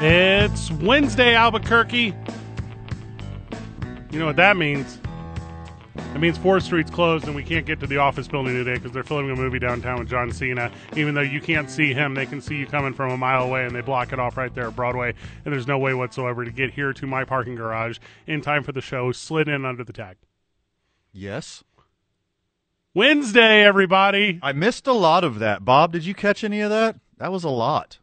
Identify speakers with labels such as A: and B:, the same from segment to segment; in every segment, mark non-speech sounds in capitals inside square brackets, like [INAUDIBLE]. A: It's Wednesday, Albuquerque. You know what that means? It means 4th Street's closed and we can't get to the office building today because they're filming a movie downtown with John Cena. Even though you can't see him, they can see you coming from a mile away and they block it off right there at Broadway. And there's no way whatsoever to get here to my parking garage in time for the show. Slid in under the tag.
B: Yes.
A: Wednesday, everybody.
B: I missed a lot of that. Bob, did you catch any of that? That was a lot.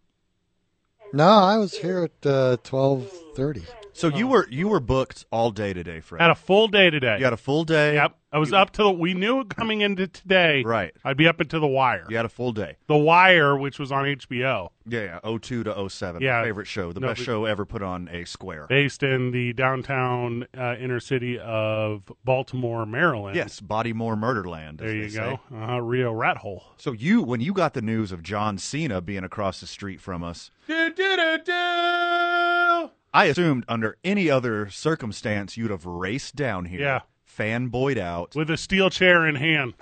C: No, I was here at uh, twelve thirty.
B: So you were you were booked all day today, Fred.
A: Uh. Had a full day today.
B: you had a full day.
A: Yep. I was up till we knew it coming into today.
B: Right.
A: I'd be up into the wire.
B: You had a full day.
A: The Wire, which was on HBO,
B: Yeah, yeah. 02 to 07.
A: Yeah.
B: My favorite show. The
A: No,
B: best
A: but-
B: show ever put on a square.
A: based in the downtown uh, inner city of Baltimore, Maryland.
B: Yes, Bodymore Murderland. as
A: There you
B: they say.
A: go. Uh, Rio Rat Hole.
B: So you, when you got the news of John Cena being across the street from us, I assumed under any other circumstance you'd have raced down here,
A: Yeah.
B: fanboyed out.
A: With a steel chair in hand.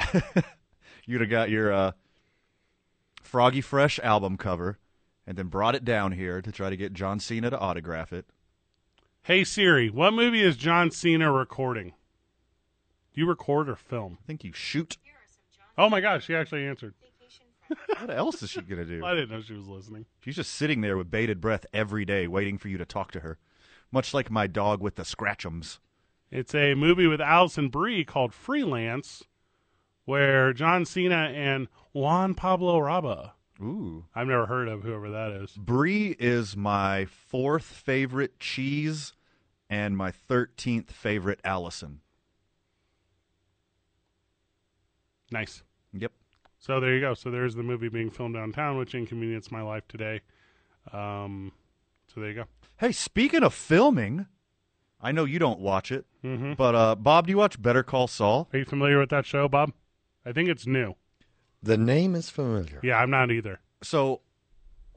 B: You'd have got your uh, Froggy Fresh album cover, and then brought it down here to try to get John Cena to autograph it.
A: hey, Siri, what movie is John Cena recording? Do you record or film?
B: I think you shoot.
A: Oh my gosh, she actually answered.
B: What else is she gonna do?
A: [LAUGHS] I didn't know she was listening.
B: She's just sitting there with bated breath every day, waiting for you to talk to her, much like my dog with the scratchums.
A: It's a movie with Allison Brie called Freelance, where John Cena and Juan Pablo Raba.
B: Ooh.
A: I've never heard of whoever that is.
B: Brie is my fourth favorite cheese and my 13th favorite Allison.
A: Nice.
B: Yep.
A: So there you go. So there's the movie being filmed downtown, which inconvenienced my life today. Um, so there you go.
B: Hey, speaking of filming, I know you don't watch it,
A: Mhm.
B: but uh, Bob, do you watch Better Call Saul?
A: Are you familiar with that show, Bob? I think it's new.
C: The name is familiar.
A: Yeah, I'm not either.
B: So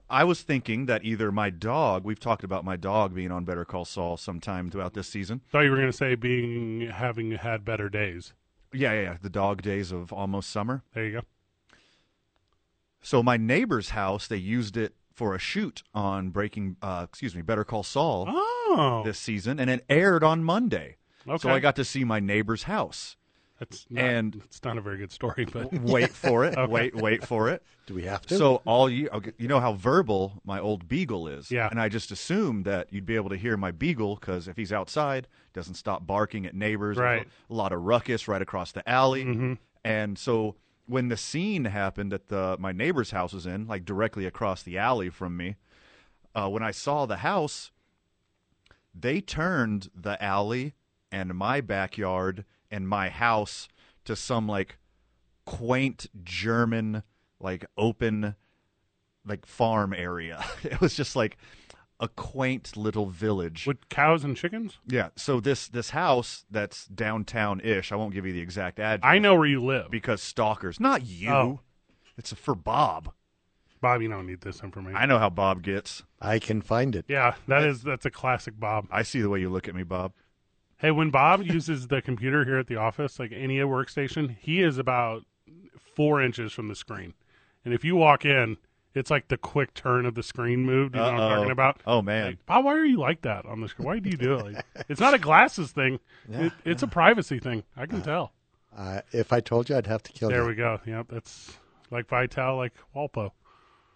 B: I was thinking that either my dog, we've talked about my dog being on Better Call Saul sometime throughout this season.
A: Thought you were going to say being having had better days.
B: Yeah, yeah, yeah. The dog days of almost summer.
A: There you go.
B: So my neighbor's house, they used it for a shoot on Breaking, uh, excuse me, Better Call Saul
A: Oh,
B: this season, and it aired on Monday.
A: okay.
B: So I got to see my
A: [LAUGHS]
B: neighbor's house.
A: that's not,
B: and-
A: it's not a very good story, but
B: Wait for it. Wait, wait for it.
C: Do we have to?
B: So all you, okay, you know how verbal my old beagle is.
A: Yeah.
B: And I just assumed that you'd be able to hear my beagle because if he's outside, doesn't stop barking at neighbors. There's
A: Right.
B: A lot of ruckus right across the alley. And so when the scene happened that the my neighbor's house was in, like directly across the alley from me, uh, when I saw the house, they turned the alley and my backyard and my house to some like quaint German, like open, like farm area. [LAUGHS] it was just like a quaint little village.
A: with cows and chickens.
B: yeah. So this this house that's downtown ish. I won't give you the exact address.
A: I know where you live,
B: because stalkers, not you.
A: Oh.
B: It's for Bob.
A: Bob. You don't need this information.
B: I know how Bob gets.
C: I can find it.
A: yeah, that is that's a classic Bob.
B: I see the way you look at me, Bob.
A: Hey, when Bob uses the computer here at the office, like any workstation, he is about four inches from the screen. And if you walk in, it's like the quick turn of the screen moved. You know what
B: Uh-oh.
A: I'm talking about?
B: Oh, man.
A: Like, Bob, why are you like that on the screen? Why do you do it? Like, it's not a glasses thing. it, it's a privacy thing. I can tell.
C: Uh, if I told you, I'd have to kill
A: There
C: you.
A: we go. Yep, that's like Vital, like Walpo.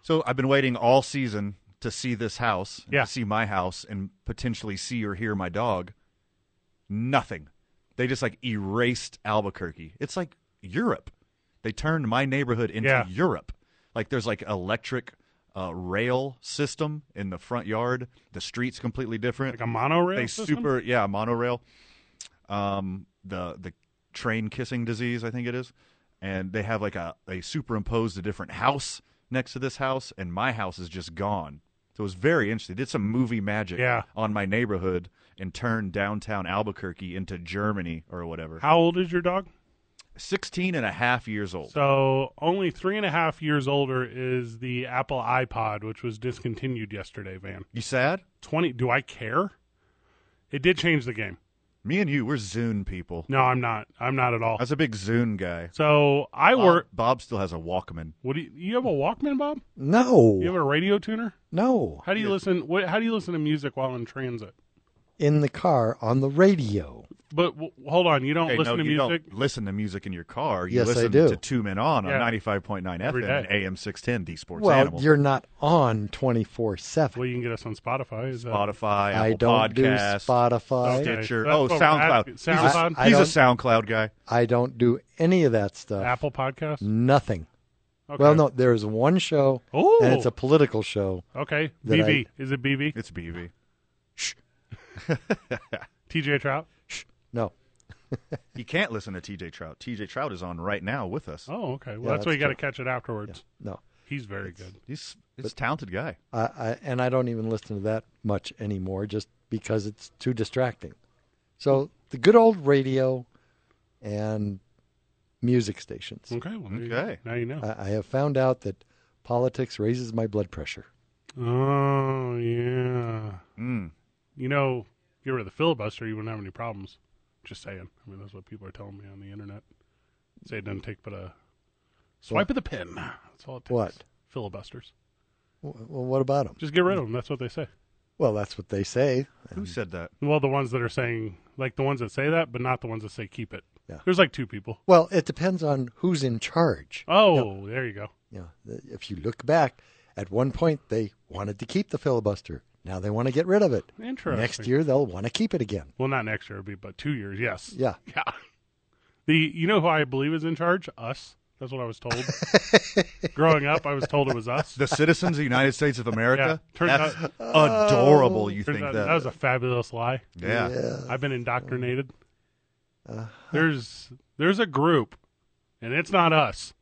B: So I've been waiting all season to see this house, and
A: Yeah.
B: to see my house, and potentially see or hear my dog. Nothing. They just like erased Albuquerque. It's like Europe. They turned my neighborhood into
A: Yeah.
B: Europe. Like there's like electric uh, rail system in the front yard. The street's completely different.
A: Like a monorail.
B: they
A: system?
B: super yeah monorail. Um, the the train kissing disease I think it is, and they have like a they superimposed a different house next to this house, and my house is just gone. So it was very interesting. Did some movie magic
A: Yeah.
B: on my neighborhood and turned downtown Albuquerque into Germany or whatever.
A: How old is your dog?
B: 16 and a half years old.
A: So only three and a half years older is the Apple iPod, which was discontinued yesterday. Van
B: you sad?
A: twenty. Do I care? It did change the game.
B: Me and you, we're Zune people.
A: No, I'm not. I'm not at all.
B: I was a big Zune guy.
A: So I
B: Bob-
A: work.
B: Bob still has a Walkman.
A: What do you, you have a Walkman, Bob? You
C: No,
A: have a radio tuner?
C: no.
A: How do you listen? What, how do you listen to music while in transit?
C: In the car on the radio.
A: But w- hold on, you don't
B: Okay,
A: listen
B: no,
A: to
B: you
A: music.
B: don't listen to music in your car. You
C: Yes, I
B: listen
C: do.
B: to Two Men On on
A: Yeah.
B: 95.9
A: Every
B: FM
A: day.
B: and AM 610, the sports
C: well,
B: animal.
C: you're not on 24 7.
A: Well, you can get us on Spotify. Is that,
B: Spotify,
C: I
B: Apple
C: don't do
B: Podcast,
C: Spotify.
A: Okay.
B: Stitcher.
A: That's
B: Oh,
A: what we're asking.
B: SoundCloud. He's a-
A: SoundCloud?
C: I
B: He's a
C: don't-
B: SoundCloud guy.
C: I don't do any of that stuff.
A: Apple Podcast?
C: Nothing.
A: Okay.
C: Mm. Well, no, there is one show,
A: Ooh.
C: and it's a political show.
A: Okay.
C: That
A: BV. Is it BV?
B: It's BV.
A: TJ Trout?
C: No,
B: He can't listen to TJ Trout. TJ Trout is on right now with us.
A: Oh, okay. Well,
C: Yeah,
A: that's why
C: that's
A: you got to
C: true.
A: catch it afterwards.
C: no.
A: He's very good.
B: He's, he's a talented guy.
C: I, I, and I don't even listen to that much anymore just because it's too distracting. So the good old radio and music stations.
A: Okay. Well, there you
B: Okay.
A: go. Now you know.
C: I, I have found out that politics raises my blood pressure.
A: oh, yeah.
B: Mm.
A: You know, get rid of the filibuster, you wouldn't have any problems. Just saying. I mean, that's what people are telling me on the internet. Say it doesn't take but a swipe of the pen. That's all it takes.
C: What?
A: Filibusters.
C: W- Well, what about them?
A: Just get rid of them. That's what they say.
C: Well, that's what they say.
B: Who said that?
A: Well, the ones that are saying, like the ones that say that, but not the ones that say keep it.
C: Yeah.
A: There's like two people.
C: Well, it depends on who's in charge.
A: Oh, there you go.
C: You know, th- if you look back, at one point they wanted to keep the filibuster. Now they want to get rid of it.
A: Interesting.
C: Next year they'll want to keep it again.
A: Well, not next year, it'll be but two years. Yes.
C: Yeah.
A: Yeah. The you know who I believe is in charge? Us. That's what I was
C: [LAUGHS]
A: told. Growing up, I was told it was us.
B: The citizens of the United States of America?
A: [LAUGHS] Yeah, turns
B: That's adorable, you
A: Turns
B: think
A: out
B: that.
A: that was a fabulous lie.
B: yeah.
A: I've been indoctrinated.
B: Uh-huh.
A: There's there's a group, and it's not us,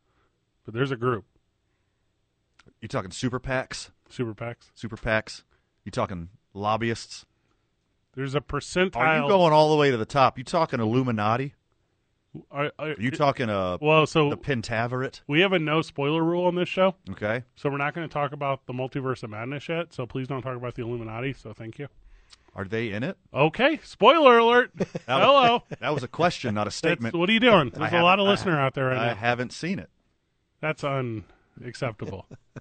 A: but there's a group.
B: You talking super PACs?
A: Super PACs.
B: Super PACs? You talking lobbyists?
A: There's a percentile.
B: Are you going all the way to the top? You talking Illuminati?
A: Are, are-
B: Are you talking uh,
A: well, so
B: the Pentaveret?
A: we have a no spoiler rule on this show,
B: Okay.
A: so we're not going to talk about the multiverse of madness yet. So please don't talk about the Illuminati. So thank you.
B: Are they in it?
A: Okay, spoiler
B: [LAUGHS]
A: alert. Hello.
B: That was a question, not
A: [LAUGHS]
B: a
A: That's,
B: statement.
A: what are you doing? There's a
B: have-
A: lot of
B: I-
A: listener out there right
B: I
A: now.
B: haven't seen it.
A: That's unacceptable. [LAUGHS]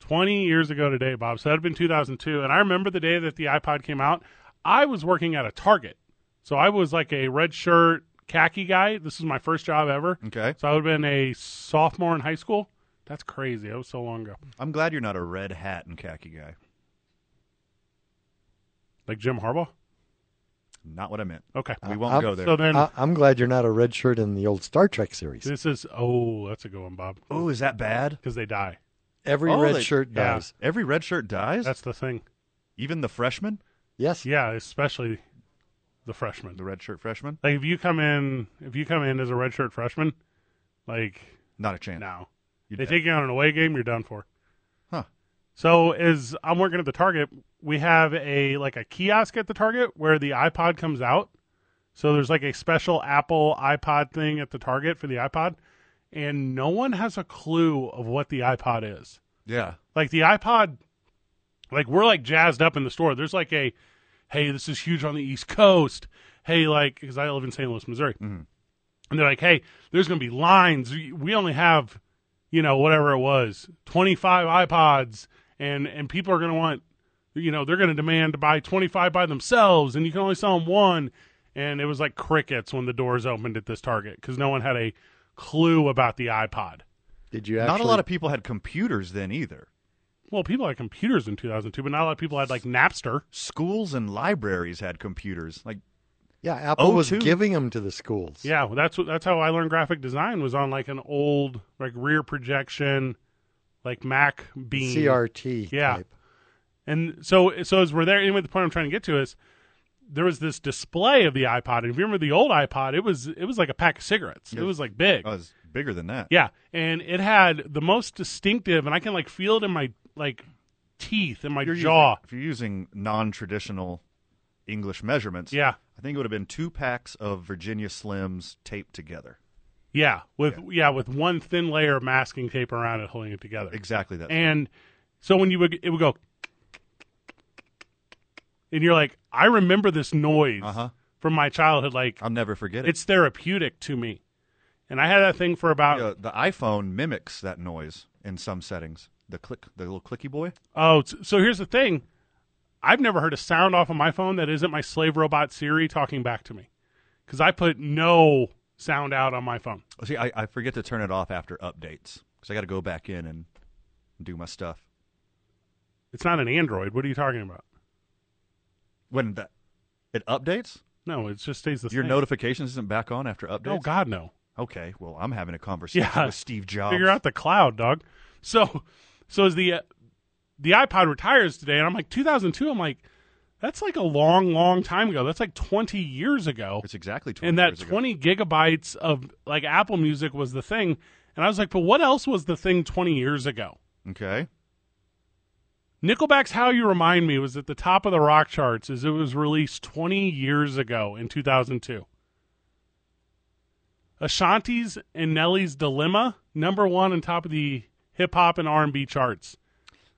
A: 20 years ago today, Bob. So that had been 2002. And I remember the day that the iPod came out. I was working at a Target. So I was like a red shirt, khaki guy. This was my first job ever.
B: Okay.
A: So I would have been a sophomore in high school. That's crazy. That was so long ago.
B: I'm glad you're not a red hat and khaki guy.
A: Like Jim Harbaugh?
B: Not what I meant.
A: Okay.
B: We won't
C: Uh,
B: go there.
A: So then,
C: I, I'm glad you're not a red shirt in the old Star Trek series.
A: this is, oh, that's a good one, Bob.
B: oh, is that bad?
A: Because they die.
C: Every
B: Oh,
C: red
B: they-
C: shirt
A: yeah.
C: does.
B: Every red shirt dies?
A: That's the thing.
B: Even the freshman?
C: Yes.
A: Yeah, especially the freshmen.
B: The red shirt freshman?
A: Like if you come in, if you come in as a redshirt freshman, like
B: Not a chance.
A: no,
B: You're
A: they
B: dead.
A: take you on an away game, you're done for.
B: Huh.
A: So as I'm working at the Target, we have a like a kiosk at the Target where the iPod comes out. So there's like a special Apple iPod thing at the Target for the iPod, and no one has a clue of what the iPod is
B: Yeah.
A: like the iPod, like we're like jazzed up in the store. There's like a, hey, this is huge on the East Coast. Hey, like because I live in St. Louis, Missouri, and they're like, hey, there's gonna be lines. We- We only have, you know, whatever it was, 25 iPods, and and people are gonna want, you know, they're gonna demand to buy 25 by themselves, and you can only sell them one. And it was like crickets when the doors opened at this Target because no one had a clue about the iPod.
C: Did you
B: Not
C: actually?
B: a lot of people had computers then either.
A: Well, people had computers in 2002, but not a lot of people had like Napster.
B: Schools and libraries had computers. Like,
C: Yeah, Apple was
B: 02.
C: giving them to the schools.
A: Yeah, well, that's what that's how I learned graphic design was on like an old like rear projection, like Mac beam.
C: CRT
A: Yeah.
C: type.
A: And so so as we're there, anyway, the point I'm trying to get to is there was this display of the iPod, and if you remember the old iPod, it was it was like a pack of cigarettes. It was like big.
B: I was bigger than that.
A: Yeah, and it had the most distinctive, and I can like feel it in my like teeth and my
B: You're using-
A: jaw.
B: if you're using non-traditional English measurements,
A: yeah.
B: I think it would have been two packs of Virginia Slims taped together.
A: Yeah. With yeah. with one thin layer of masking tape around it holding it together.
B: Exactly that.
A: And so when you would it would go and you're like, I remember this noise
B: Uh-huh.
A: from my childhood, like
B: I'll never forget it.
A: it's therapeutic to me. And I had that thing for about
B: Uh, the iPhone mimics that noise in some settings. The click, the little clicky boy.
A: Oh, s- so here's the thing. I've never heard a sound off of my phone that isn't my slave robot Siri talking back to me. Because I put no sound out on my phone.
B: See, I, I forget to turn it off after updates because I got to go back in and do my stuff.
A: It's not an Android. What are you talking about?
B: When the, it updates,
A: No, it just stays the
B: your
A: same.
B: notifications isn't back on after
A: Oh,
B: updates.
A: God, no.
B: Okay, well, I'm having a conversation
A: Yeah.
B: with Steve Jobs.
A: Figure out the cloud, dog. So, so as the uh, the iPod retires today, and I'm like 2002. I'm like, that's like a long, long time ago. That's like 20 years ago.
B: it's exactly 20
A: and that
B: years ago.
A: 20 gigabytes of like Apple Music was the thing. And I was like, but what else was the thing 20 years ago?
B: Okay,
A: Nickelback's How You Remind Me was at the top of the rock charts as it was released 20 years ago in 2002. Ashanti's and Nelly's Dilemma, number one and top of the hip hop and R&B charts.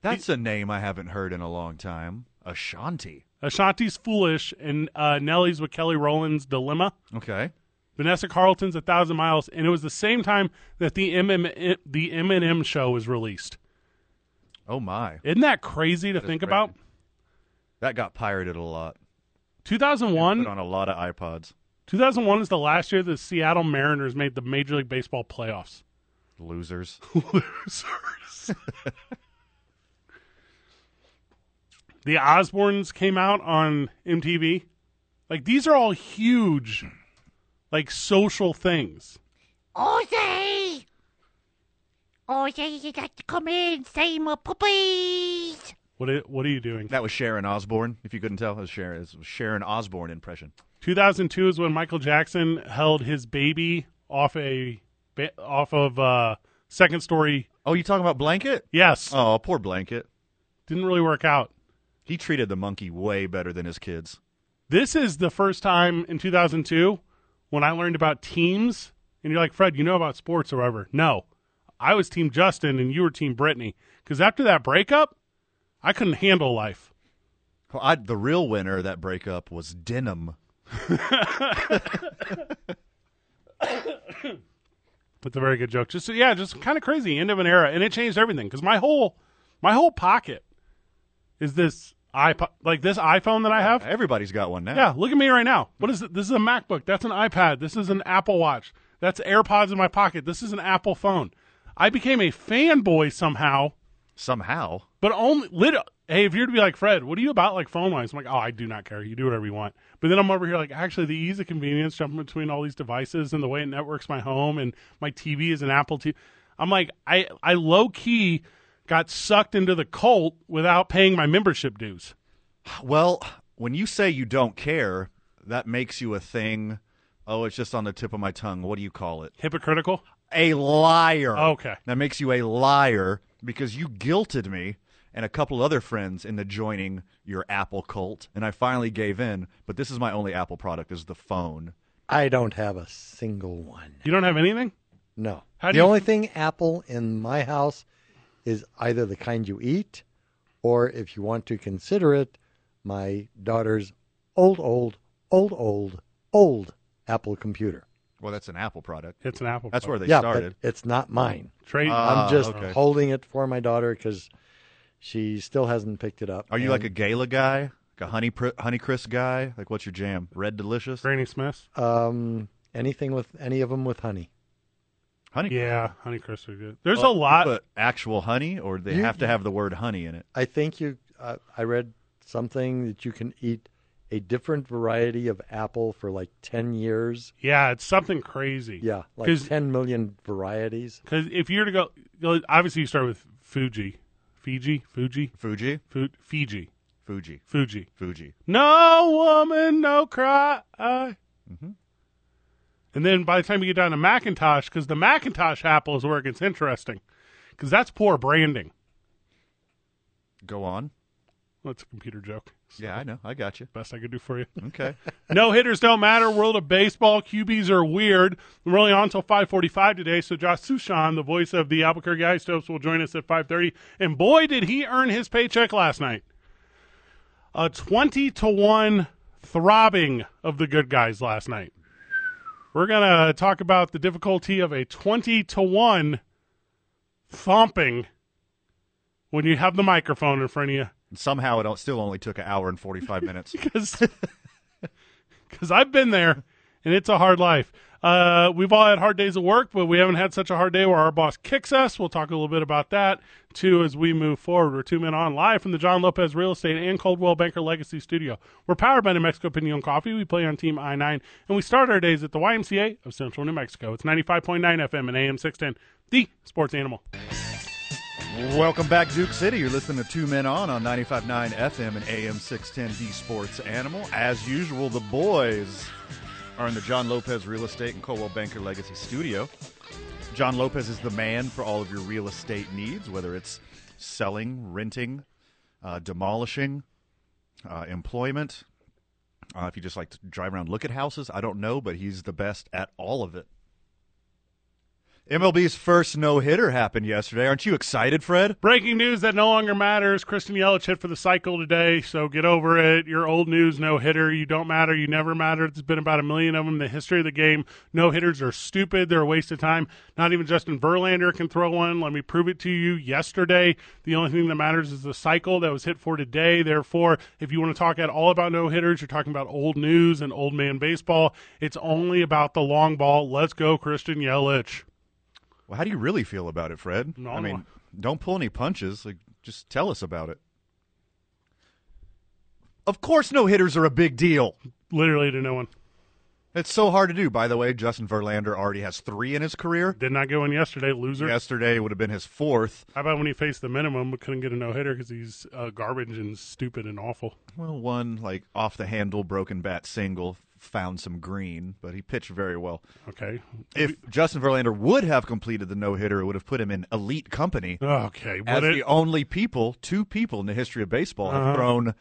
B: that's a name I haven't heard in a long time. Ashanti.
A: Ashanti's Foolish and uh, Nelly's with Kelly Rowland's Dilemma.
B: Okay,
A: Vanessa Carlton's A Thousand Miles, and it was the same time that the MM the Eminem show was released.
B: oh my,
A: Isn't that crazy to think
B: crazy.
A: about?
B: that got pirated a lot. Put
A: 2001,
B: on a lot of iPods.
A: 2001 is the last year the Seattle Mariners made the Major League Baseball playoffs.
B: Losers.
A: Losers. the Osbournes came out on MTV. Like these are all huge, like social things.
D: Ozzy! Ozzy, you got to come in, say my puppies!
A: What i- what are you doing?
B: That was Sharon Osbourne. If you couldn't tell, it was Sharon, it was Sharon Osbourne impression.
A: 2002 is when Michael Jackson held his baby off a ba- off of uh, second story.
B: Oh, you talking about Blanket?
A: Yes,
B: Oh, poor Blanket.
A: didn't really work out.
B: He treated the monkey way better than his kids.
A: This is the first time in 2002 when I learned about teams. And you're like, Fred, you know about sports or whatever. No, I was Team Justin and you were Team Brittany. Because after that breakup, I couldn't handle life.
B: Well, I, the real winner of that breakup was Denim.
A: That's a very good joke. Just yeah, just kind of crazy. End of an era, and it changed everything. Because my whole my whole pocket is this iPod, like this iPhone that I have.
B: Everybody's got one now.
A: Yeah, look at me right now. What is it? This is a MacBook. That's an iPad. This is an Apple Watch. That's AirPods in my pocket. This is an Apple phone. I became a fanboy somehow,
B: Somehow.
A: but only lit. Hey, if you're to be like Fred, what are you about like phone lines? I'm like, oh, I do not care. You do whatever you want. But then I'm over here like, actually, the ease of convenience jumping between all these devices and the way it networks my home and my TV is an Apple TV. I'm like, I I low key got sucked into the cult without paying my membership dues.
B: Well, when you say you don't care, that makes you a thing. Oh, it's just on the tip of my tongue. What do you call it?
A: Hypocritical.
B: A liar.
A: Okay.
B: That makes you a liar because you guilted me and a couple other friends into joining your Apple cult, and I finally gave in. But this is my only Apple product is the phone.
C: I don't have a single one.
A: You don't have anything.
C: No.
A: How do
C: the
A: you-
C: only thing Apple in my house is either the kind you eat, or if you want to consider it, my daughter's old, old, old, old, old Apple computer.
B: Well, that's an Apple product.
A: It's an Apple.
B: That's
A: phone.
B: where they
C: yeah,
B: started.
C: but it's not mine.
A: Trade.
B: Ah,
C: I'm just
B: okay.
C: holding it for my daughter because she still hasn't picked it up.
B: Are you
C: And,
B: like a Gala guy, like a Honey Pr- Honey Crisp guy? Like what's your jam? Red Delicious,
A: Granny Smith.
C: um anything with any of them with honey?
B: Honey.
A: Yeah, Honey Crisp are good. There's a
B: Well,
A: lot.
B: But actual honey, or they
C: You-
B: have to have the word honey in it.
C: I think you. Uh, I read something that you can eat a different variety of apple for like ten years.
A: yeah, it's something crazy.
C: Yeah, like
A: because
C: ten million varieties.
A: if you're to go, go- obviously you start with Fuji, Fiji, Fuji,
B: Fuji,
A: Fu- Fiji,
B: Fuji,
A: Fuji.
B: Fuji.
A: No woman, no cry.
C: Mm-hmm.
A: And then by the time you get down to Macintosh, because the Macintosh Apple is where it gets interesting, because that's poor branding.
B: Go on.
A: That's a computer joke. It's
B: Yeah, I know. I got you.
A: the best I could do for you.
C: [LAUGHS]
B: Okay.
A: no hitters don't matter. World of baseball. QBs are weird. We're only on until 5:45 today. So Josh Sushan, the voice of the Albuquerque Ice Topes, will join us at 5:30. And boy, did he earn his paycheck last night. A 20 to one throbbing of the good guys last night. We're gonna talk about the difficulty of a 20 to one thumping when you have the microphone in front of you.
B: Somehow it o- still only took an hour and 45 minutes.
A: [LAUGHS] because I've been there, and it's a hard life. Uh, we've all had hard days at work, but we haven't had such a hard day where our boss kicks us. We'll talk a little bit about that too as we move forward. We're two men on live from the John Lopez Real Estate and Coldwell Banker Legacy Studio. We're powered by New Mexico Pinion Coffee. We play on Team I nine, and we start our days at the YMCA of Central New Mexico. It's ninety five point nine FM and AM six ten. The Sports Animal.
B: Welcome back, Duke City. You're listening to Two Men On on 95.9 FM and AM 610 D Sports Animal. As usual, the boys are in the John Lopez Real Estate and Coldwell Banker Legacy Studio. John Lopez is the man for all of your real estate needs, whether it's selling, renting, uh, demolishing, uh, employment. Uh, if you just like to drive around, look at houses, I don't know, but he's the best at all of it. MLB's first no hitter happened yesterday. Aren't you excited, Fred?
A: Breaking news that no longer matters. Christian Yelich hit for the cycle today, so get over it. Your old news, no hitter. You don't matter. You never mattered. There's been about a million of them. The history of the game, no hitters are stupid. They're a waste of time. Not even Justin Verlander can throw one. Let me prove it to you. Yesterday, the only thing that matters is the cycle that was hit for today. Therefore, if you want to talk at all about no hitters, you're talking about old news and old man baseball. It's only about the long ball. Let's go, Christian Yelich.
B: Well, how do you really feel about it, Fred?
A: No,
B: I
A: no.
B: mean, don't pull any punches. Like, just tell us about it. Of course, no hitters are a big deal.
A: Literally to no one.
B: It's so hard to do. By the way, Justin Verlander already has three in his career.
A: Did not go in yesterday, loser.
B: Yesterday would have been his fourth.
A: How about when he faced the minimum but couldn't get a no hitter because he's uh, garbage and stupid and awful?
B: Well, one like off the handle, broken bat single found some green, but he pitched very well.
A: Okay.
B: If Justin Verlander would have completed the no hitter, it would have put him in elite company.
A: Okay.
B: as
A: What it,
B: the only people, two people in the history of baseball have thrown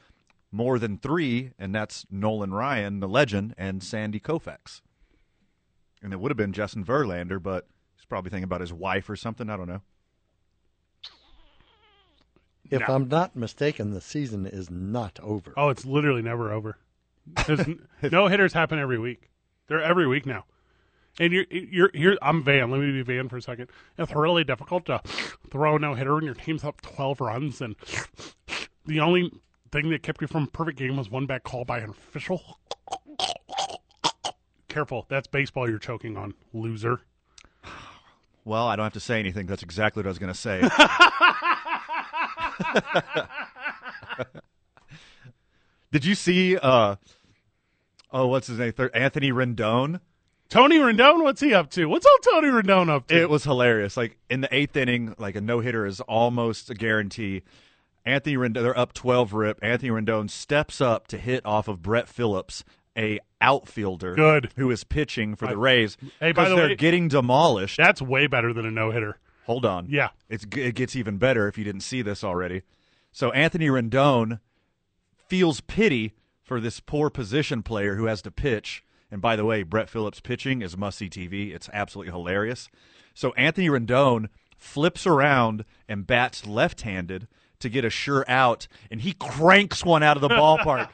B: more than three, and that's Nolan Ryan, the legend, and Sandy Koufax. And it would have been Justin Verlander, but he's probably thinking about his wife or something. I don't know.
C: If
A: No.
C: I'm not mistaken, the season is not over.
A: oh, it's literally never over. There's n- no hitters happen every week. They're every week now. And you're, you're here. I'm Van. Let me be Van for a second. It's really difficult to throw a no hitter when your team's up 12 runs. And the only thing that kept you from a perfect game was one back call by an official. Careful. That's baseball you're choking on, loser.
B: Well, I don't have to say anything. That's exactly what I was going to say. [LAUGHS] Did you see? Uh, oh, what's his name? Thir- Anthony Rendon.
A: Tony Rendon, what's he up to? What's old Tony Rendon up to?
B: It was hilarious. Like in the eighth inning, like a no hitter is almost a guarantee. Anthony Rendon, they're up twelve rip. Anthony Rendon steps up to hit off of Brett Phillips, a outfielder,
A: Good.
B: who is pitching for the Rays.
A: Hey, by
B: 'cause
A: the
B: they're
A: way-
B: getting demolished.
A: That's way better than a no hitter.
B: Hold on,
A: Yeah.
B: it's g- it gets even better if you didn't see this already. So Anthony Rendon feels pity for this poor position player who has to pitch. And by the way, Brett Phillips pitching is must see TV. It's absolutely hilarious. So Anthony Rendon flips around and bats left handed to get a sure out, and he cranks one out of the ballpark.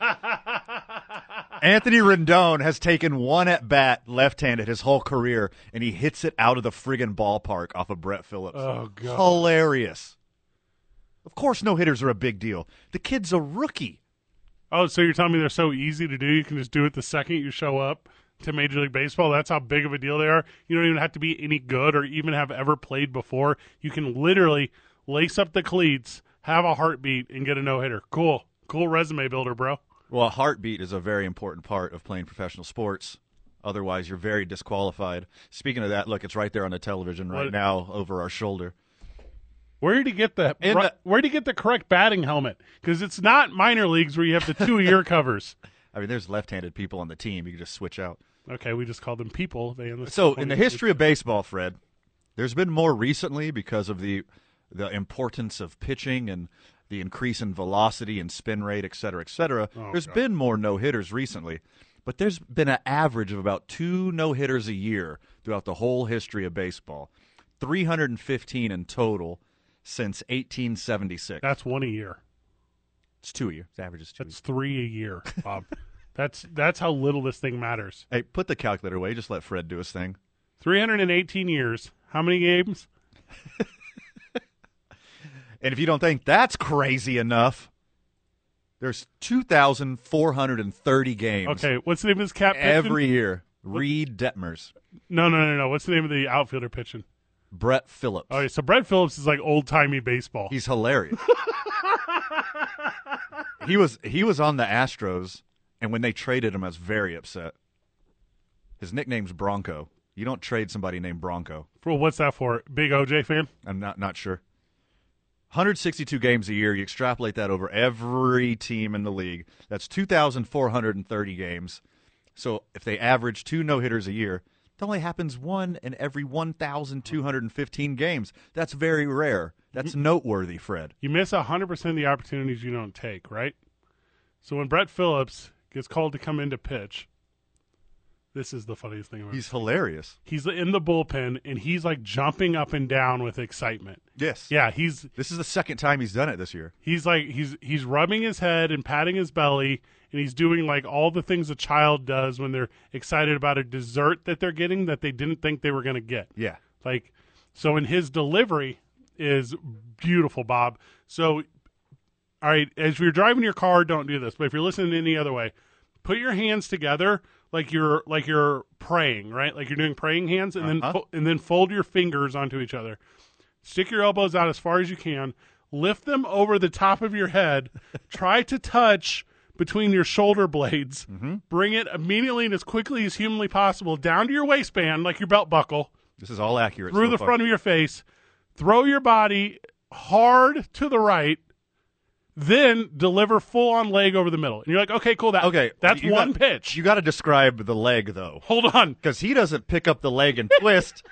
B: Anthony Rendon has taken one at bat left handed his whole career, and he hits it out of the friggin' ballpark off of Brett Phillips.
A: Oh, God.
B: Hilarious. Of course, no hitters are a big deal. The kid's a rookie.
A: Oh, so you're telling me they're so easy to do? You can just do it the second you show up to Major League Baseball? That's how big of a deal they are. You don't even have to be any good or even have ever played before. You can literally lace up the cleats, have a heartbeat, and get a no hitter. Cool. Cool resume builder, bro.
B: Well, a heartbeat is a very important part of playing professional sports. Otherwise, you're very disqualified. Speaking of that, look, it's right there on the television right
A: What-
B: now over our shoulder.
A: Where did he get the,
B: In
A: right-
B: the-
A: where did he get the correct batting helmet? Because it's not minor leagues where you have the two ear [LAUGHS] covers.
B: I mean, there's left-handed people on the team. You can just switch out.
A: Okay, we just call them people. They enlisted
B: So, in the
A: 20
B: history of baseball, Fred, there's been more recently because of the the importance of pitching and the increase in velocity and spin rate, et cetera, et cetera.
A: Oh,
B: There's
A: God.
B: been more no hitters recently, but there's been an average of about two no hitters a year throughout the whole history of baseball. 315 in total since 1876.
A: That's one a year.
B: it's two a year. The average is two. a year.
A: That's three a year, Bob. [LAUGHS] that's that's how little this thing matters.
B: Hey, put the calculator away. Just let Fred do his thing.
A: 318 years. How many games?
B: And if you don't think that's crazy enough, there's 2,430 games
A: Okay, what's the name of this cat? pitching?
B: every year. Reed Detmers,
A: No, no, no, no. What's the name of the outfielder pitching?
B: Brett Phillips.
A: Okay, so Brett Phillips is like old timey baseball.
B: He's hilarious. he was he was on the Astros, and when they traded him, I was very upset. His nickname's Bronco. You don't trade somebody named Bronco.
A: Well, what's that for? Big OJ fan?
B: I'm not not sure. 162 games a year. You extrapolate that over every team in the league. That's 2,430 games. So if they average two no hitters a year, that only happens one in every 1,215 games. That's very rare. That's
A: Mm-hmm.
B: noteworthy, Fred.
A: You miss 100% of the opportunities you don't take, right? So when Brett Phillips gets called to come in to pitch, this is the funniest thing I've ever
B: He's hilarious.
A: He's in the bullpen and he's like jumping up and down with excitement.
B: Yes.
A: Yeah, he's
B: This is the second time he's done it this year.
A: he's like he's he's rubbing his head and patting his belly and he's doing like all the things a child does when they're excited about a dessert that they're getting that they didn't think they were going to get.
B: Yeah.
A: Like, so in his delivery is beautiful, Bob. So, all right, as you're driving your car, don't do this. But if you're listening any other way, put your hands together like you're like you're praying, right? Like you're doing praying hands, and then
B: Uh-huh.
A: fo- and then fold your fingers onto each other. Stick your elbows out as far as you can. Lift them over the top of your head. Try to touch between your shoulder blades. Bring it immediately and as quickly as humanly possible down to your waistband, like your belt buckle
B: This is all accurate.
A: through
B: so
A: the
B: far.
A: front of your face, throw your body hard to the right, then deliver full on leg over the middle. And you're like, okay, cool. That,
B: Okay.
A: that's
B: you
A: one
B: got-
A: pitch.
B: You got to describe the leg, though.
A: Hold on.
B: because he doesn't pick up the leg and twist.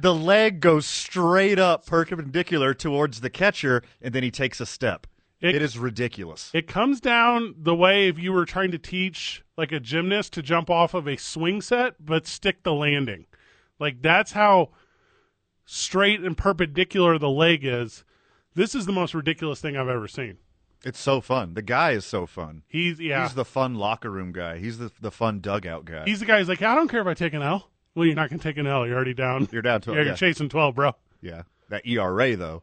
B: the leg goes straight up perpendicular towards the catcher, and then he takes a step.
A: It-
B: it is ridiculous.
A: It comes down the way if you were trying to teach like a gymnast to jump off of a swing set, but stick the landing. Like that's how straight and perpendicular the leg is. This is the most ridiculous thing I've ever seen.
B: it's so fun. The guy is so fun.
A: He's yeah.
B: He's the fun locker room guy. He's the the fun dugout guy.
A: He's the guy who's like, I don't care if I take an L. Well, you're not going to take an L. You're already down.
B: You're down to
A: You're
B: yeah.
A: chasing 12, bro.
B: yeah. That ERA though.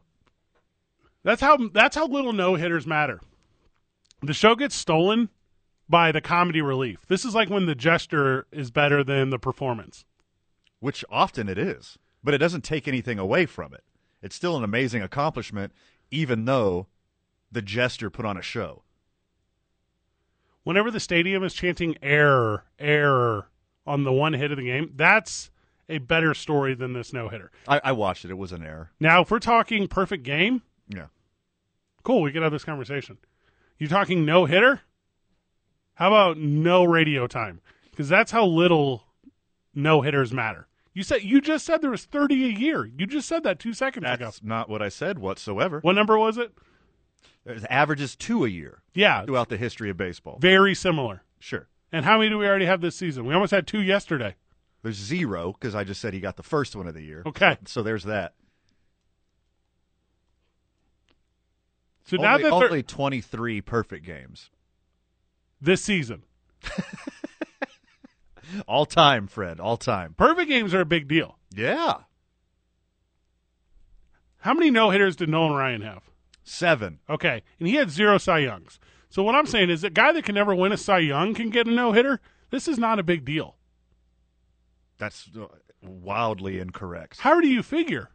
A: That's how that's how little no hitters matter. The show gets stolen by the comedy relief. This is like when the gesture is better than the performance.
B: which often it is, but it doesn't take anything away from it. It's still an amazing accomplishment, even though the jester put on a show.
A: Whenever the stadium is chanting error, error on the one hit of the game, that's a better story than this no hitter.
B: I, I watched it. It was an error.
A: Now, if we're talking perfect game,
B: Yeah.
A: cool, we can have this conversation. You talking no hitter? How about no radio time? Because that's how little no hitters matter. You said you just said there was thirty a year. You just said that two seconds ago.
B: That's not what I said whatsoever.
A: What number was it?
B: There's averages two a year
A: Yeah,
B: throughout the history of baseball.
A: very similar.
B: Sure.
A: And how many do we already have this season? We almost had two yesterday.
B: There's zero because I just said he got the first one of the year.
A: Okay,
B: So there's that.
A: so now
B: only,
A: that they're
B: only 23 perfect games
A: this season,
B: all time, Fred. All time.
A: perfect games are a big deal.
B: Yeah,
A: How many no hitters did Nolan Ryan have?
B: seven.
A: Okay, and he had zero Cy Youngs. So what I'm saying is, a guy that can never win a Cy Young can get a no hitter. This is not a big deal.
B: That's uh, wildly incorrect.
A: How do you figure?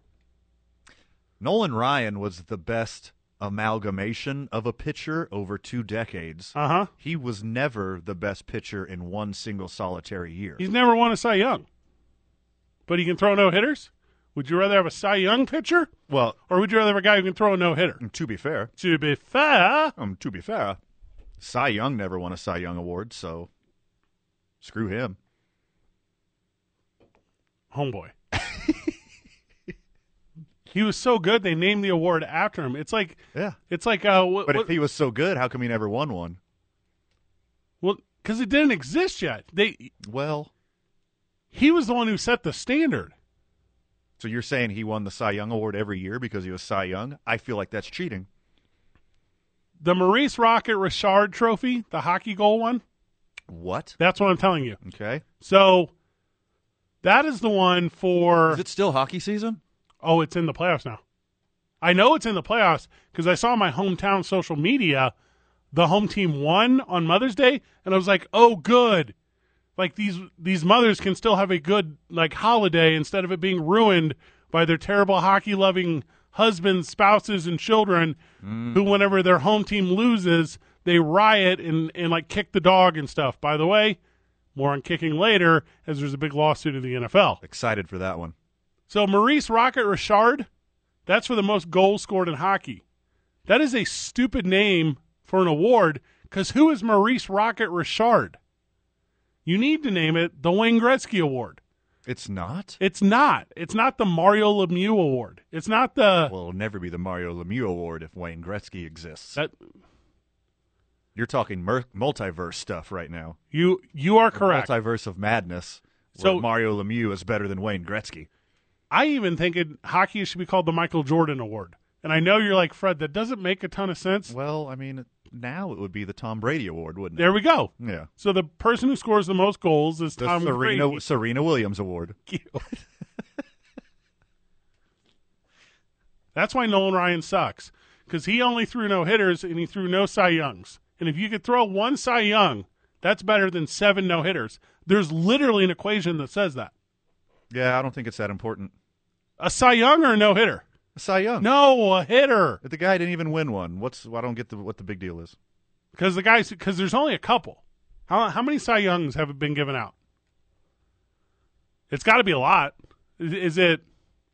B: Nolan Ryan was the best amalgamation of a pitcher over two decades.
A: Uh huh.
B: He was never the best pitcher in one single solitary year.
A: He's never won a Cy Young, but he can throw no hitters. Would you rather have a Cy Young pitcher,
B: Well,
A: or would you rather have a guy who can throw a no hitter?
B: to be fair,
A: To be fair,
B: um, to be fair, Cy Young never won a Cy Young award, so screw him.
A: homeboy. He was so good they named the award after him. It's like
B: Yeah.
A: it's like uh, what,
B: But
A: what,
B: if he was so good, how come he never won one?
A: well, because it didn't exist yet. They
B: Well,
A: he was the one who set the standard.
B: so you're saying he won the Cy Young Award every year because he was Cy Young? I feel like that's cheating.
A: The Maurice Rocket Richard Trophy, the hockey goal one.
B: What?
A: That's what I'm telling you.
B: Okay.
A: So that is the one for
B: Is it still hockey season?
A: oh, it's in the playoffs now. I know it's in the playoffs because I saw my hometown social media. The home team won on Mother's Day, and I was like, "Oh, good! Like these these mothers can still have a good like holiday instead of it being ruined by their terrible hockey loving husbands, spouses, and children who, whenever their home team loses, they riot and and like kick the dog and stuff." By the way, more on kicking later, as there's a big lawsuit in the NFL.
B: Excited for that one.
A: So Maurice Rocket Richard, that's for the most goals scored in hockey. That is a stupid name for an award because who is Maurice Rocket Richard? You need to name it the Wayne Gretzky Award.
B: It's not?
A: It's not. It's not the Mario Lemieux Award. It's not the
B: Well, it'll never be the Mario Lemieux Award if Wayne Gretzky exists.
A: that
B: You're talking mer- multiverse stuff right now.
A: you you are correct.
B: Multiverse of madness. Where
A: So-
B: Mario Lemieux is better than Wayne Gretzky.
A: I even think it, hockey should be called the Michael Jordan Award. And I know you're like Fred. That doesn't make a ton of sense.
B: Well, I mean, now it would be the Tom Brady Award, wouldn't it?
A: There we go.
B: yeah.
A: So the person who scores the most goals is
B: The
A: Tom
B: Serena
A: Brady.
B: Serena Williams Award.
A: That's why Nolan Ryan sucks because he only threw no hitters and he threw no Cy Youngs. And if you could throw one Cy Young, that's better than seven no hitters. There's literally an equation that says that.
B: Yeah, I don't think it's that important.
A: A Cy Young or a no hitter?
B: Cy Young.
A: No, a hitter.
B: The guy didn't even win one. What's I don't get the, what the big deal is.
A: Because the guys, because there's only a couple. How how many Cy Youngs have been given out? It's got to be a lot. Is, is it?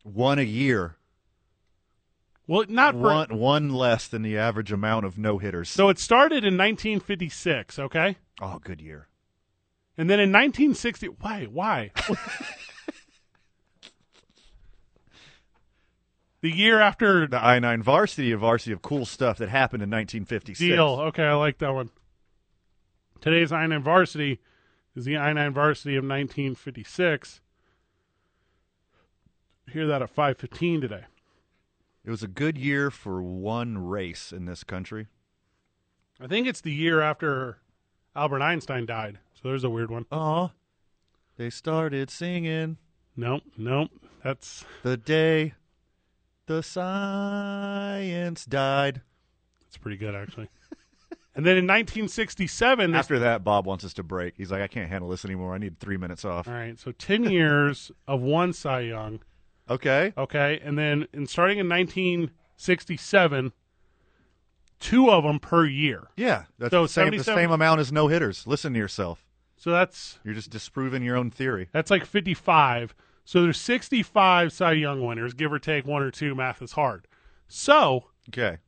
B: One a year.
A: Well, not for,
B: One one less than the average amount of no hitters.
A: So it started in 1956. Okay.
B: oh, good year.
A: And then in 1960, why? Why? [LAUGHS] the year after
B: The I nine varsity, a varsity of cool stuff that happened in 1956.
A: deal. Okay, I like that one. Today's I 9 varsity is the I 9 varsity of 1956. Hear that at 5:15 today.
B: It was a good year for one race in this country.
A: I think it's the year after Albert Einstein died. So there's a weird one.
B: Oh, they started singing
A: Nope, nope. That's
B: the day the science died.
A: that's pretty good [LAUGHS] actually. and then in 1967, this
B: After that, Bob wants us to break. He's like, I can't handle this anymore. I need three minutes off.
A: All right, so ten years of one Cy Young,
B: Okay.
A: okay, and then and starting in 1967, two of them per year.
B: Yeah, that's
A: So
B: the, same, the
A: 77
B: same amount as no hitters. Listen to yourself.
A: So that's
B: You're just disproving your own theory.
A: that's like 55. So there's 65 Cy Young winners, give or take one or two. Math is hard. So
B: Okay.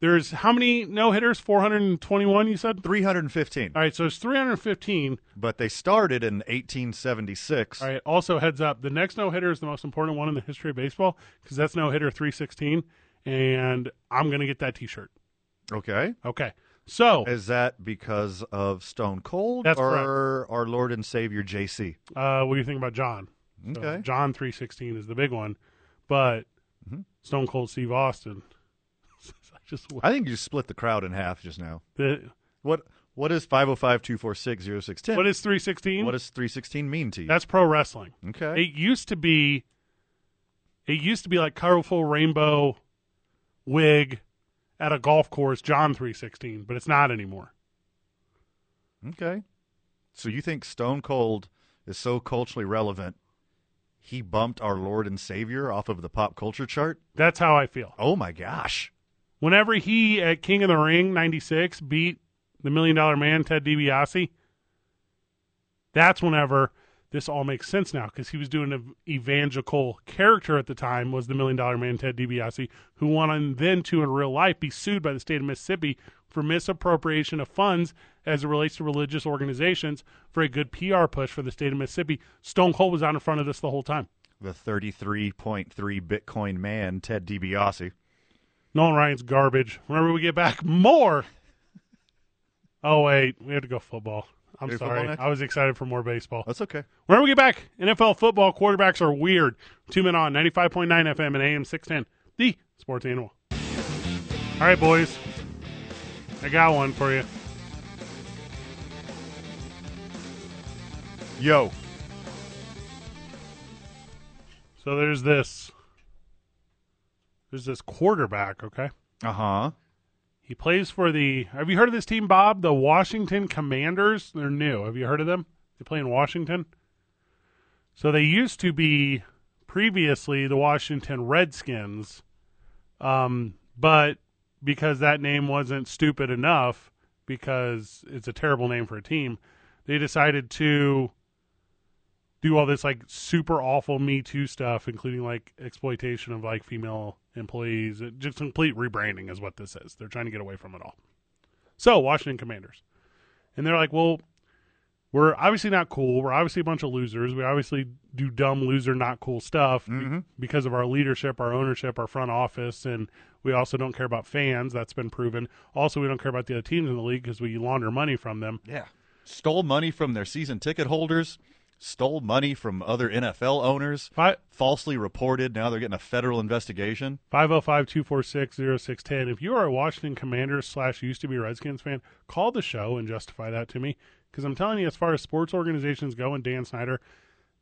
A: there's how many no hitters? 421. You said.
B: 315.
A: All right, so it's 315.
B: But they started in 1876.
A: All right. Also, heads up: the next no hitter is the most important one in the history of baseball because that's no hitter 316, and I'm gonna get that T-shirt.
B: Okay.
A: Okay. So
B: Is that because of Stone Cold
A: That's
B: or our Lord and Savior JC?
A: Uh, what do you think about John? So
B: Okay. Mm-hmm.
A: John three sixteen is the big one, but Stone Cold Steve Austin. [LAUGHS] I just
B: I think you split the crowd in half just now.
A: the,
B: What What is 505 246 0610?
A: what is three sixteen?
B: What does 316 mean to you?
A: That's pro wrestling.
B: okay.
A: It used to be. It used to be like colorful rainbow wig at a golf course, John three sixteen, but it's not anymore.
B: Okay. So you think Stone Cold is so culturally relevant, he bumped our Lord and Savior off of the pop culture chart?
A: That's how I feel.
B: Oh my gosh.
A: Whenever he at King of the Ring '96 beat the Million Dollar Man Ted DiBiase, that's whenever this all makes sense now because he was doing an evangelical character at the time was the Million Dollar Man Ted DiBiase, who won on then to in real life be sued by the state of Mississippi for misappropriation of funds as it relates to religious organizations for a good PR push for the state of Mississippi. Stone Cold was out in front of this the whole time.
B: the 33.3 Bitcoin man, Ted DiBiase.
A: Nolan Ryan's garbage. Whenever we get back, more. Oh wait, we have to go football. I'm
B: Do football
A: sorry.
B: next?
A: I was excited for more baseball.
B: That's okay.
A: Whenever we get back, NFL football quarterbacks are weird. Two men on 95.9 FM and AM 610, the sports animal. All right, boys. I got one for you.
B: Yo,
A: So there's this. There's this quarterback, okay?
B: uh huh.
A: He plays for the. Have you heard of this team, Bob? The Washington Commanders. They're new. Have you heard of them? They play in Washington. So they used to be previously the Washington Redskins, um, but because that name wasn't stupid enough, because it's a terrible name for a team, they decided to do all this like super awful Me Too stuff, including like exploitation of like female employees. It- Just complete rebranding is what this is. They're trying to get away from it all. So Washington Commanders, and they're like, well, we're obviously not cool. We're obviously a bunch of losers. We obviously do dumb loser, not cool stuff be- because of our leadership, our ownership, our front office, and we also don't care about fans. That's been proven. Also, we don't care about the other teams in the league because we launder money from them.
B: Yeah. Stole money from their season ticket holders, stole money from other NFL owners,
A: Fi-
B: falsely reported. Now they're getting a federal investigation.
A: 505-246-0610. If you are a Washington Commanders slash used to be Redskins fan, call the show and justify that to me. Because I'm telling you, as far as sports organizations go, and Dan Snyder,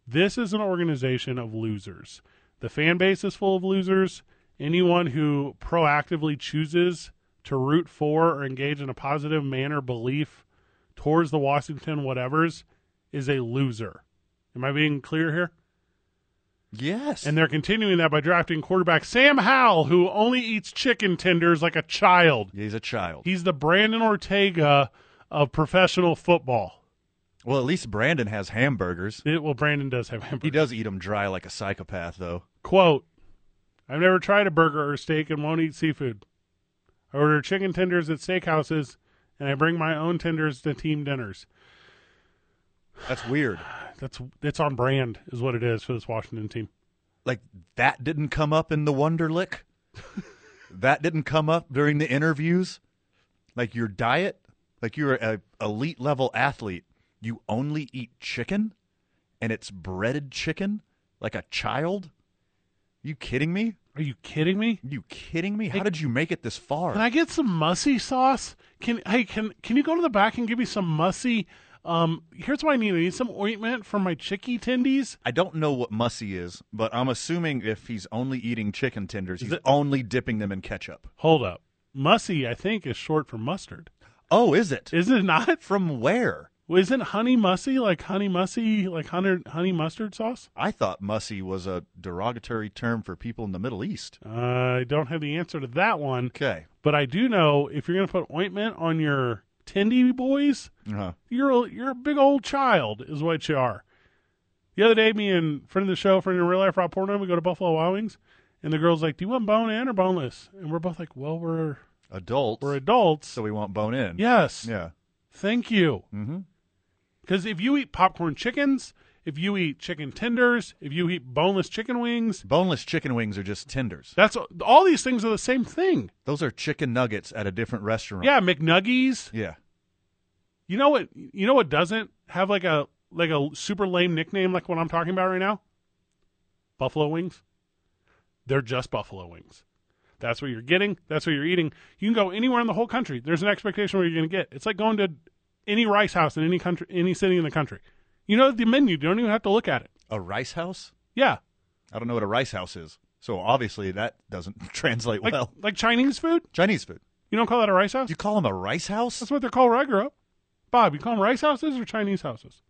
A: this is an organization of losers. The fan base is full of losers. Anyone who proactively chooses to root for or engage in a positive manner belief towards the Washington whatevers is a loser. Am I being clear here?
B: Yes.
A: And they're continuing that by drafting quarterback Sam Howell, who only eats chicken tenders like a child.
B: he's a child.
A: He's the Brandon Ortega of professional football.
B: well, at least Brandon has hamburgers.
A: It, well, Brandon does have hamburgers.
B: He does eat them dry like a psychopath, though.
A: Quote, I've never tried a burger or steak and won't eat seafood. I order chicken tenders at steakhouses, and I bring my own tenders to team dinners.
B: That's weird.
A: That's It's on brand, is what it is for this Washington team.
B: Like that didn't come up in the Wonderlick. that didn't come up during the interviews. Like your diet, like you're a elite level athlete. You only eat chicken, and it's breaded chicken, like a child. You kidding me?
A: Are you kidding me?
B: You kidding me? How did you make it this far?
A: Can I get some mussy sauce? Can hey can can you go to the back and give me some mussy? Um, here's what I need. I need some ointment for my chicky tendies.
B: I don't know what mussy is, but I'm assuming if he's only eating chicken tenders, he's
A: it-
B: only dipping them in ketchup.
A: Hold up, mussy I think is short for mustard.
B: Oh, is it?
A: Is it not? [LAUGHS]
B: From where?
A: Isn't honey mussy like honey mussy like honey honey mustard sauce?
B: I thought mussy was a derogatory term for people in the Middle East.
A: Uh, I don't have the answer to that one,
B: Okay.
A: but I do know if you're gonna put ointment on your tendy boys,
B: Uh-huh.
A: you're a, you're a big old child, is what you are. The other day, me and friend of the show, friend in real life, Rob Portman, we go to Buffalo Wild Wings, and the girl's like, "Do you want bone in or boneless?" And we're both like, "Well, we're
B: Adults.
A: we're adults,
B: so we want bone in.
A: yes,
B: Yeah.
A: thank you."
B: Mhm.
A: Because if you eat popcorn chickens, if you eat chicken tenders, if you eat boneless chicken wings,
B: Boneless chicken wings are just tenders.
A: that's all these things are the same thing.
B: Those are chicken nuggets at a different restaurant.
A: Yeah, McNuggies,
B: Yeah.
A: You know what? You know what doesn't have like a like a super lame nickname like what I'm talking about right now? Buffalo wings. They're just buffalo wings. That's what you're getting. That's what you're eating. You can go anywhere in the whole country. There's an expectation where you're going to get. It's like going to any rice house in any country, any city in the country. You know the menu. You don't even have to look at it.
B: A rice house?
A: Yeah,
B: I don't know what a rice house is. So obviously that doesn't [LAUGHS] translate
A: like
B: well.
A: like Chinese food.
B: Chinese food.
A: You don't call that a rice house.
B: You call them a rice house?
A: That's what they're called where I grew up. Bob, you call them rice houses or Chinese houses?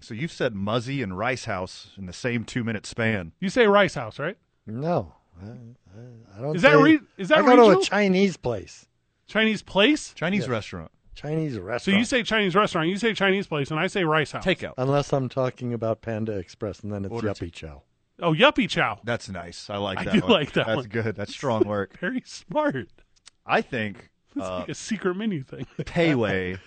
B: So you've said Muzzy and Rice House in the same two minute span.
A: You say rice house, right?
C: No, I, I- I don't.
A: Is that
C: say-
A: re- is that
C: I go to
A: regional?
C: a Chinese place,
A: Chinese place.
B: Chinese restaurant.
C: Chinese
A: So
C: restaurant.
A: you say Chinese restaurant, you say Chinese place, and I say rice house.
B: Takeout.
C: unless I'm talking about Panda Express, and then it's
B: Order
C: Yuppie Chow.
A: oh, yuppie chow.
B: That's nice. I like
A: I
B: that
A: do
B: one.
A: like that
B: That's
A: one.
B: good. That's strong work.
A: Very smart.
B: I think
A: It's
B: uh,
A: like a secret menu thing.
B: Payway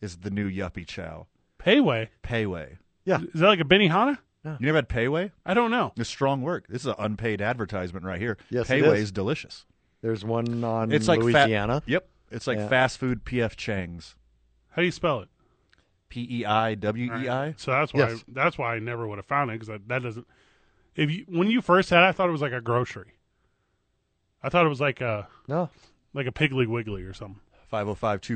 B: is the new yuppie chow.
A: Payway.
B: Payway.
C: Yeah,
A: Is that like a Benihana?
B: You never had Payway?
A: I don't know.
B: It's strong work. This is an unpaid advertisement right here.
C: Yes, it
B: Payway
C: is.
B: delicious.
C: There's one on
B: It's like fa-
C: Louisiana.
B: yep. It's like
C: Yeah.
B: fast food PF Chang's.
A: How do you spell it?
B: P E I W E I.
A: So that's why
C: Yes.
A: that's why I never would have found it because that, that doesn't. If you when you first had, it, I thought it was like a grocery. I thought it was like a
C: No,
A: like a Piggly Wiggly or something.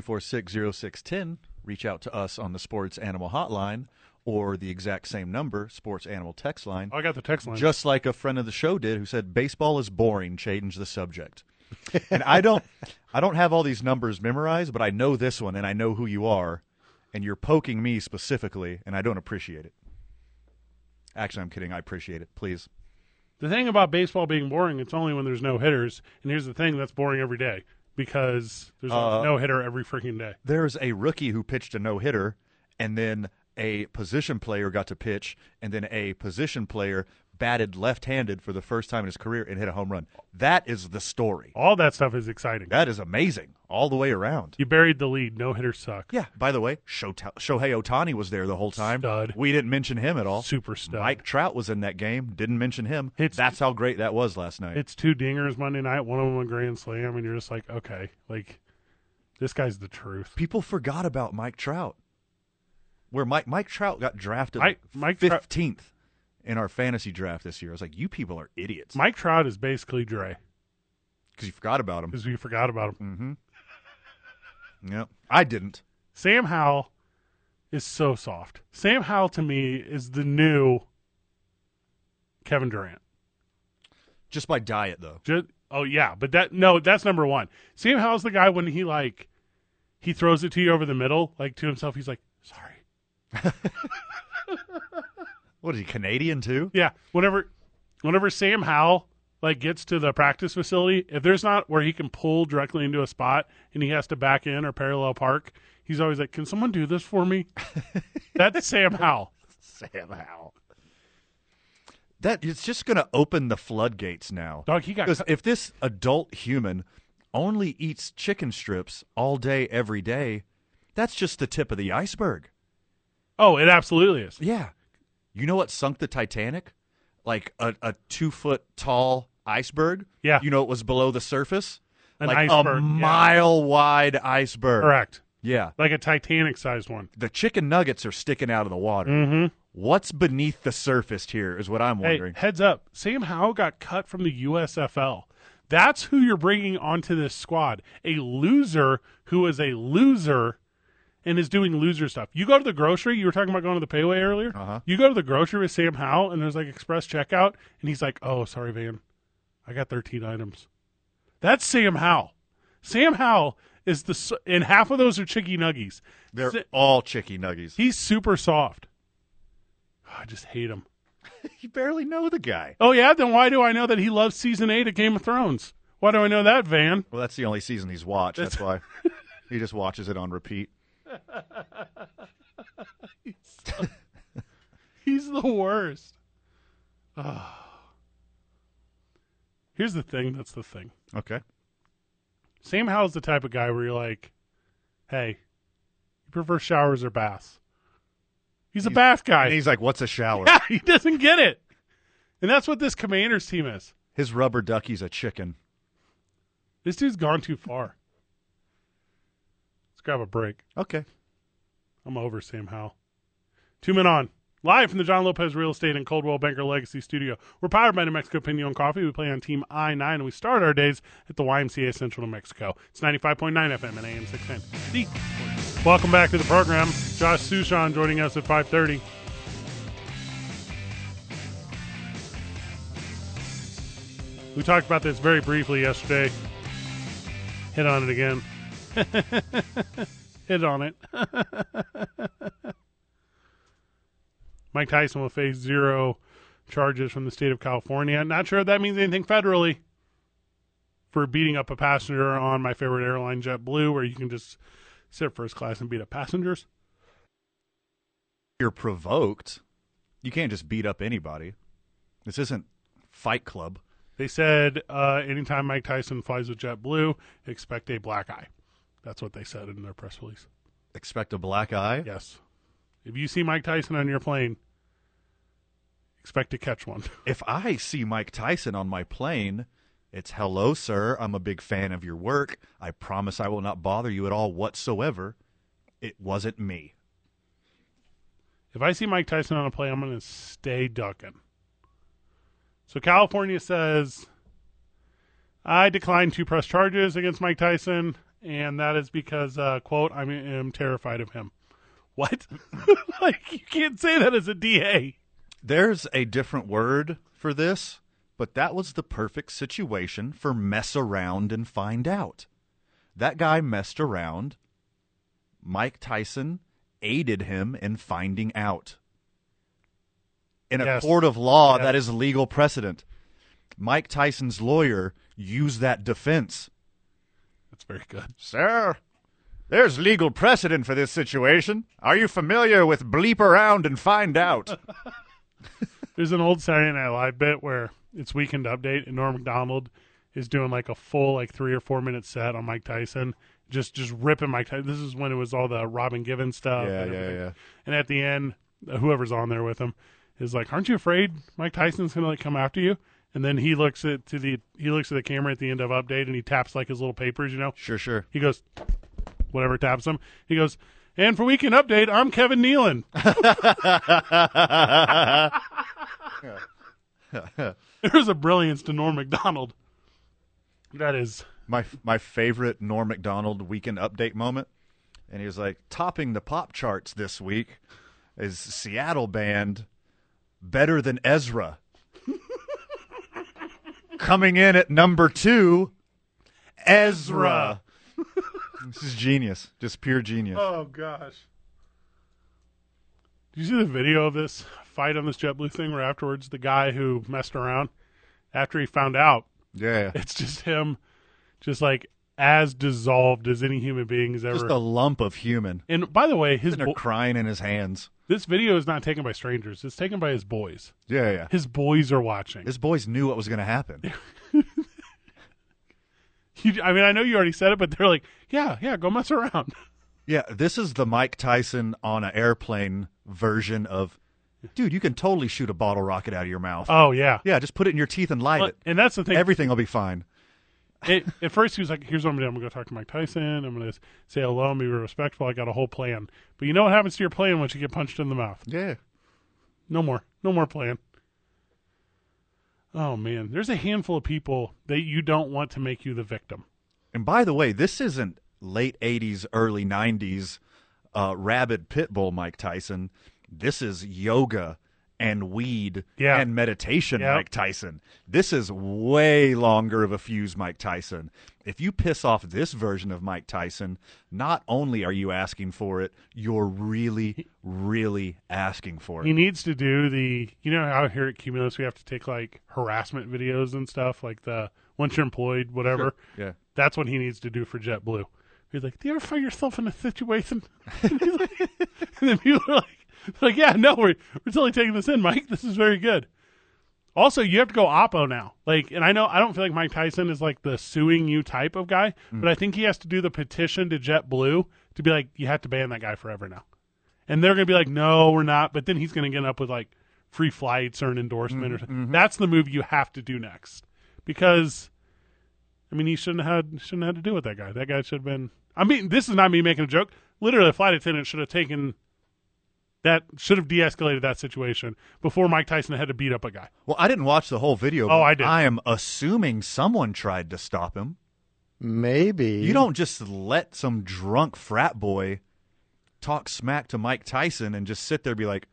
B: 505-246-0610. Reach out to us on the Sports Animal Hotline or the exact same number, Sports Animal Text Line.
A: Oh, I got the text line.
B: Just like a friend of the show did who said baseball is boring, change the subject. [LAUGHS] and I don't I don't have all these numbers memorized, but I know this one and I know who you are and you're poking me specifically and I don't appreciate it. Actually, I'm kidding. I appreciate it. Please.
A: The thing about baseball being boring, it's only when there's no hitters. And here's the thing that's boring every day because there's
B: Uh,
A: no hitter every freaking day.
B: there's a rookie who pitched a no hitter, and then a position player got to pitch, and then a position player batted left handed for the first time in his career and hit a home run. That is the story.
A: All that stuff is exciting.
B: That is amazing all the way around.
A: You buried the lead. No hitters suck.
B: Yeah. By the way, Shota- Shohei Otani was there the whole time.
A: Stud.
B: We didn't mention him at all.
A: Super stud.
B: Mike Trout was in that game. Didn't mention him.
A: It's-
B: That's how great that was last night.
A: It's two dingers Monday night, one of them a grand slam, and you're just like, okay, like this guy's the truth.
B: People forgot about Mike Trout. Where Mike Mike Trout got drafted
A: Mike-
B: like
A: Mike Trout-
B: fifteenth in our fantasy draft this year. I was like, you people are idiots
A: Mike Trout is basically Dre
B: because you forgot about him. Mm-hmm.
A: because we forgot about him.
B: Yep, I didn't.
A: Sam Howell is so soft. Sam Howell to me is the new Kevin Durant.
B: Just by diet though.
A: Just, oh yeah, but that no, that's number one. Sam Howell's the guy when he like he throws it to you over the middle, like to himself. He's like, sorry.
B: What is he Canadian too?
A: Yeah, whenever whenever Sam Howell like gets to the practice facility, if there's not where he can pull directly into a spot and he has to back in or parallel park, he's always like, "Can someone do this for
B: [LAUGHS]
A: me?" That's Sam Howell.
B: Sam Howell. That it's just going to open the floodgates now.
A: Dog, he got
B: Because if this adult human only eats chicken strips all day every day, that's just the tip of the iceberg.
A: Oh, it absolutely is.
B: Yeah. You know what sunk the Titanic? Like a, a two foot tall iceberg?
A: Yeah.
B: You know it was below the surface?
A: An
B: like a
A: iceberg, yeah.
B: mile wide iceberg.
A: Correct.
B: Yeah.
A: Like a Titanic sized one.
B: The chicken nuggets are sticking out of the water. What's beneath the surface here is what I'm
A: Hey,
B: wondering.
A: heads up. Sam Howell got cut from the USFL. That's who you're bringing onto this squad. A loser who is a loser and is doing loser stuff. You go to the grocery, you were talking about going to the payway earlier.
B: Uh-huh.
A: You go to the grocery with Sam Howell and there's like express checkout and he's like, "Oh, sorry, Van. I got 13 items." That's Sam Howell. Sam Howell is the s- and half of those are chicky nuggies.
B: They're
A: Sa-
B: all chicky nuggets.
A: He's super soft. I just hate him.
B: You barely know the guy.
A: Oh yeah, then why do I know that he loves season eight of Game of Thrones? Why do I know that, Van? [LAUGHS]
B: Well, that's the only season he's watched. That's why he just watches it on repeat.
A: He's the worst. [SIGHS] Ah. Here's the thing. That's the thing.
B: Okay.
A: Sam Howell's the type of guy where you're like, "Hey, you prefer showers or baths?" He's, a bath guy. [LAUGHS]
B: And he's like, "What's a shower?"
A: yeah, he doesn't get it, and that's what this Commanders team is.
B: His rubber ducky's a chicken.
A: This dude's gone too far. Let's grab a break.
B: Okay.
A: I'm over Sam Howell. Two men on. Live from the John Lopez Real Estate and Coldwell Banker Legacy Studio. We're powered by New Mexico Pinion Coffee. We play on Team I 9, and we start our days at the YMCA Central New Mexico. It's 95.9 FM and AM 610. The- Welcome back to the program. Josh Sushan joining us at 5.30. We talked about this very briefly yesterday. Hit on it again. [LAUGHS] Hit on it. Mike Tyson will face zero charges from the state of California. Not sure if that means anything federally for beating up a passenger on my favorite airline, JetBlue, where you can just sit first class and beat up passengers.
B: You're provoked. You can't just beat up anybody. This isn't Fight Club.
A: They said uh, anytime Mike Tyson flies with JetBlue, expect a black eye. That's what they said in their press release.
B: Expect a black eye.
A: Yes. If you see Mike Tyson on your plane, expect to catch one.
B: If I see Mike Tyson on my plane, it's hello, sir. I'm a big fan of your work. I promise I will not bother you at all whatsoever. It wasn't me.
A: If I see Mike Tyson on a plane, I'm going to stay ducking. So California says, I decline to press charges against Mike Tyson, and that is because, uh, quote, I am terrified of him. What? [LAUGHS] like, you can't say that as a DA.
B: There's a different word for this, but that was the perfect situation for mess around and find out. That guy messed around. Mike Tyson aided him in finding out. In a
A: Yes.
B: court of law,
A: Yes.
B: that is legal precedent. Mike Tyson's lawyer used that defense.
A: That's very good.
B: Sir, there's legal precedent for this situation. Are you familiar with bleep around and find out?
A: There's an old Saturday Night Live bit where it's Weekend Update, and Norm Macdonald is doing like a full like three or four minute set on Mike Tyson, just just ripping Mike Tyson. This is when it was all the Robin Givens stuff.
B: Yeah,
A: and
B: yeah,
A: everything.
B: yeah.
A: And at the end, whoever's on there with him is like, "Aren't you afraid Mike Tyson's gonna like come after you?" And then he looks at to the he looks at the camera at the end of Update, and he taps like his little papers, you know.
B: [LAUGHS] sure, sure.
A: He goes, whatever taps him. He goes, and for Weekend Update, I'm Kevin
B: [LAUGHS]
A: Nealon. [LAUGHS] There's a brilliance to Norm MacDonald. That is,
B: My my favorite Norm Macdonald weekend update moment, and he was like topping the pop charts this week is Seattle band Better Than Ezra. [LAUGHS] Coming in at number two, Ezra. this is genius, just pure genius.
A: oh gosh. Did you see the video of this fight on this JetBlue thing where afterwards the guy who messed around, after he found out,
B: yeah,
A: it's just him, just like as dissolved as any human being has
B: just
A: ever.
B: a lump of human.
A: and by the way, his
B: They're
A: bo-
B: crying in his hands.
A: This video is not taken by strangers. It's taken by his boys.
B: Yeah, yeah.
A: His boys are watching.
B: His boys knew what was going to happen.
A: You- I mean, I know you already said it, but they're like, yeah, yeah, go mess around. [LAUGHS]
B: Yeah, this is the Mike Tyson on an airplane version of, dude, you can totally shoot a bottle rocket out of your mouth.
A: Oh, yeah.
B: yeah, just put it in your teeth and light it.
A: And that's the thing.
B: Everything will be fine.
A: It- at first, he was like, here's what I'm going to do. I'm going to go talk to Mike Tyson. I'm going to say hello and be respectful. I got a whole plan. But you know what happens to your plan once you get punched in the mouth?
B: Yeah.
A: No more. No more plan. Oh, man. There's a handful of people that you don't want to make you the victim.
B: And by the way, this isn't late 80s, early 90s uh, rabid pit bull Mike Tyson. This is yoga and weed
A: Yeah.
B: and meditation
A: Yep.
B: Mike Tyson. This is way longer of a fuse Mike Tyson. If you piss off this version of Mike Tyson, not only are you asking for it, you're really, really asking for
A: He
B: it.
A: needs to do the you know how here at Cumulus we have to take like harassment videos and stuff like the once you're employed whatever.
B: Yeah.
A: That's what he needs to do for JetBlue. He's like, do you ever find yourself in a situation? [LAUGHS] and, he's like, [LAUGHS] and then people are like, they're like, yeah, no, we're we're totally taking this in, Mike. This is very good. Also, you have to go oppo now. Like, and I know I don't feel like Mike Tyson is like the suing you type of guy, but I think he has to do the petition to JetBlue to be like, you have to ban that guy forever now and they're going to be like, "No, we're not." But then he's going to get up with like free flights or an endorsement, or something. that's the move you have to do next because, I mean, he shouldn't have shouldn't have had to do with that guy. That guy should have been. I mean, this is not me making a joke. Literally, a flight attendant should have taken that should have de-escalated that situation before Mike Tyson had to beat up a guy.
B: Well, I didn't watch the whole video.
A: Oh,
B: but
A: I did.
B: I am assuming someone tried to stop him.
C: Maybe
B: You don't just let some drunk frat boy talk smack to Mike Tyson and just sit there and be like,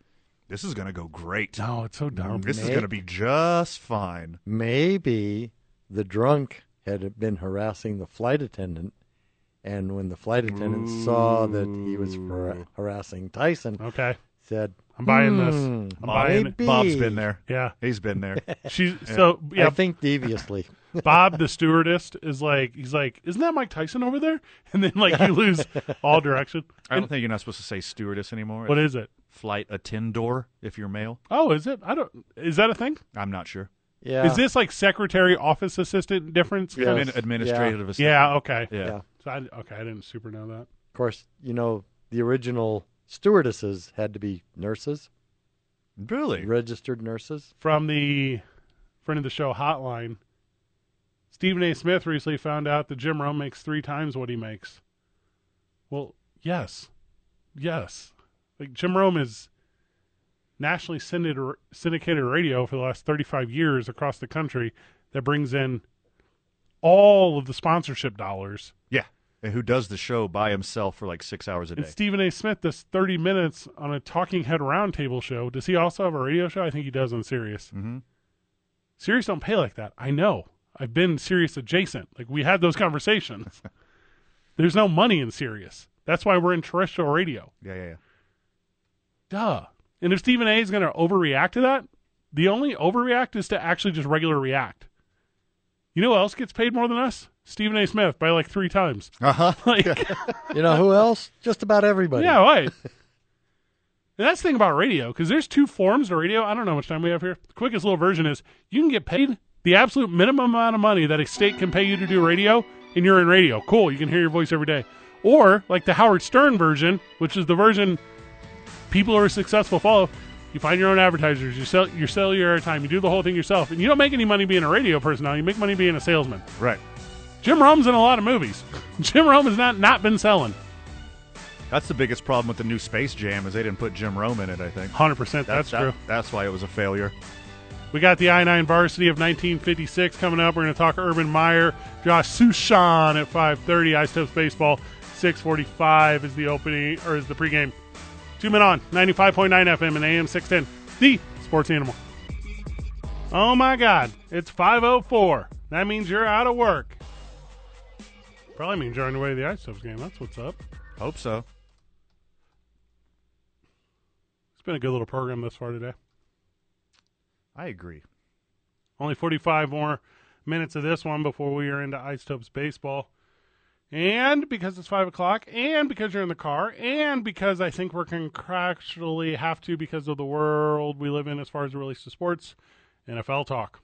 B: this is going to go great.
C: Oh,
A: No, it's so dumb.
C: Mm.
B: This is going to be just fine.
C: Maybe the drunk had been harassing the flight attendant, and when the flight attendant saw that he was har- harassing Tyson,
A: Okay,
C: said,
A: I'm buying this.
C: "Hmm,
A: I'm buying it.
C: maybe."
B: Bob's been there.
A: Yeah,
B: He's been there.
A: she's so yeah.
C: I think deviously.
A: Bob the stewardess is like he's like, isn't that Mike Tyson over there? [LAUGHS] And then like
C: [LAUGHS]
A: you lose all direction.
B: [LAUGHS] I don't think you're not supposed to say stewardess anymore.
A: What is it?
B: Flight attendor if you're male.
A: Oh, is it? I don't. Is that a thing?
B: I'm not sure.
C: Yeah.
A: Is this like secretary, office assistant difference?
C: Yeah. Yes.
B: Admin- administrative assistant.
A: Yeah. Okay.
B: Yeah.
C: Yeah.
A: So I, okay, I didn't super know that.
C: Of course, you know the original stewardesses had to be nurses.
B: Really?
C: registered nurses.
A: from the friend of the show hotline. Stephen A. Smith recently found out that Jim Rome makes three times what he makes. Well, yes, yes. Like Jim Rome is nationally syndicated syndicated radio for the last 35 years across the country that brings in all of the sponsorship dollars.
B: Yeah. And who does the show by himself for like six hours a
A: And
B: day?
A: Stephen A. Smith does 30 minutes on a talking head roundtable show. Does he also have a radio show? I think he does on Sirius.
B: Mm-hmm.
A: Sirius don't pay like that. I know. I've been Sirius adjacent. Like we had those conversations. There's no money in Sirius. That's why we're in terrestrial radio.
B: Yeah, yeah, yeah.
A: Duh. And if Stephen A. is going to overreact to that, the only overreact is to actually just regular react. You know who else gets paid more than us? Stephen A. Smith by like three times.
B: Uh huh.
A: Like,
C: You know who else? Just about everybody.
A: yeah, right. And that's the thing about radio, because there's two forms to radio. I don't know how much time we have here. The quickest little version is you can get paid the absolute minimum amount of money that a state can pay you to do radio, and you're in radio. Cool, you can hear your voice every day. Or like the Howard Stern version, which is the version people who are successful follow. You find your own advertisers, you sell you sell your airtime, you do the whole thing yourself, and you don't make any money being a radio personality, you make money being a salesman.
B: Right.
A: Jim Rome's in a lot of movies. [LAUGHS] Jim Rome has not not been selling.
B: That's the biggest problem with the new Space Jam is they didn't put Jim Rome in it. I think
A: Hundred percent, that's
B: that-
A: true.
B: That's why it was a failure.
A: We got the I 9 varsity of 1956 coming up. We're going to talk Urban Meyer, Josh Sushan at 5:30. Ice Tips Baseball 6:45 is the opening or is the pregame. Two men on 95.9 FM and AM 610. The Sports Animal. Oh my God! It's 5:04. That means you're out of work. Probably means you're on your way to the Ice Tips game. That's what's up.
B: Hope so.
A: It's been a good little program thus far today.
B: I agree.
A: Only 45 more minutes of this one before we are into Ice Tubs baseball. And because it's 5 o'clock, and because you're in the car, and because I think we're contractually have to because of the world we live in as far as it relates to sports, NFL talk.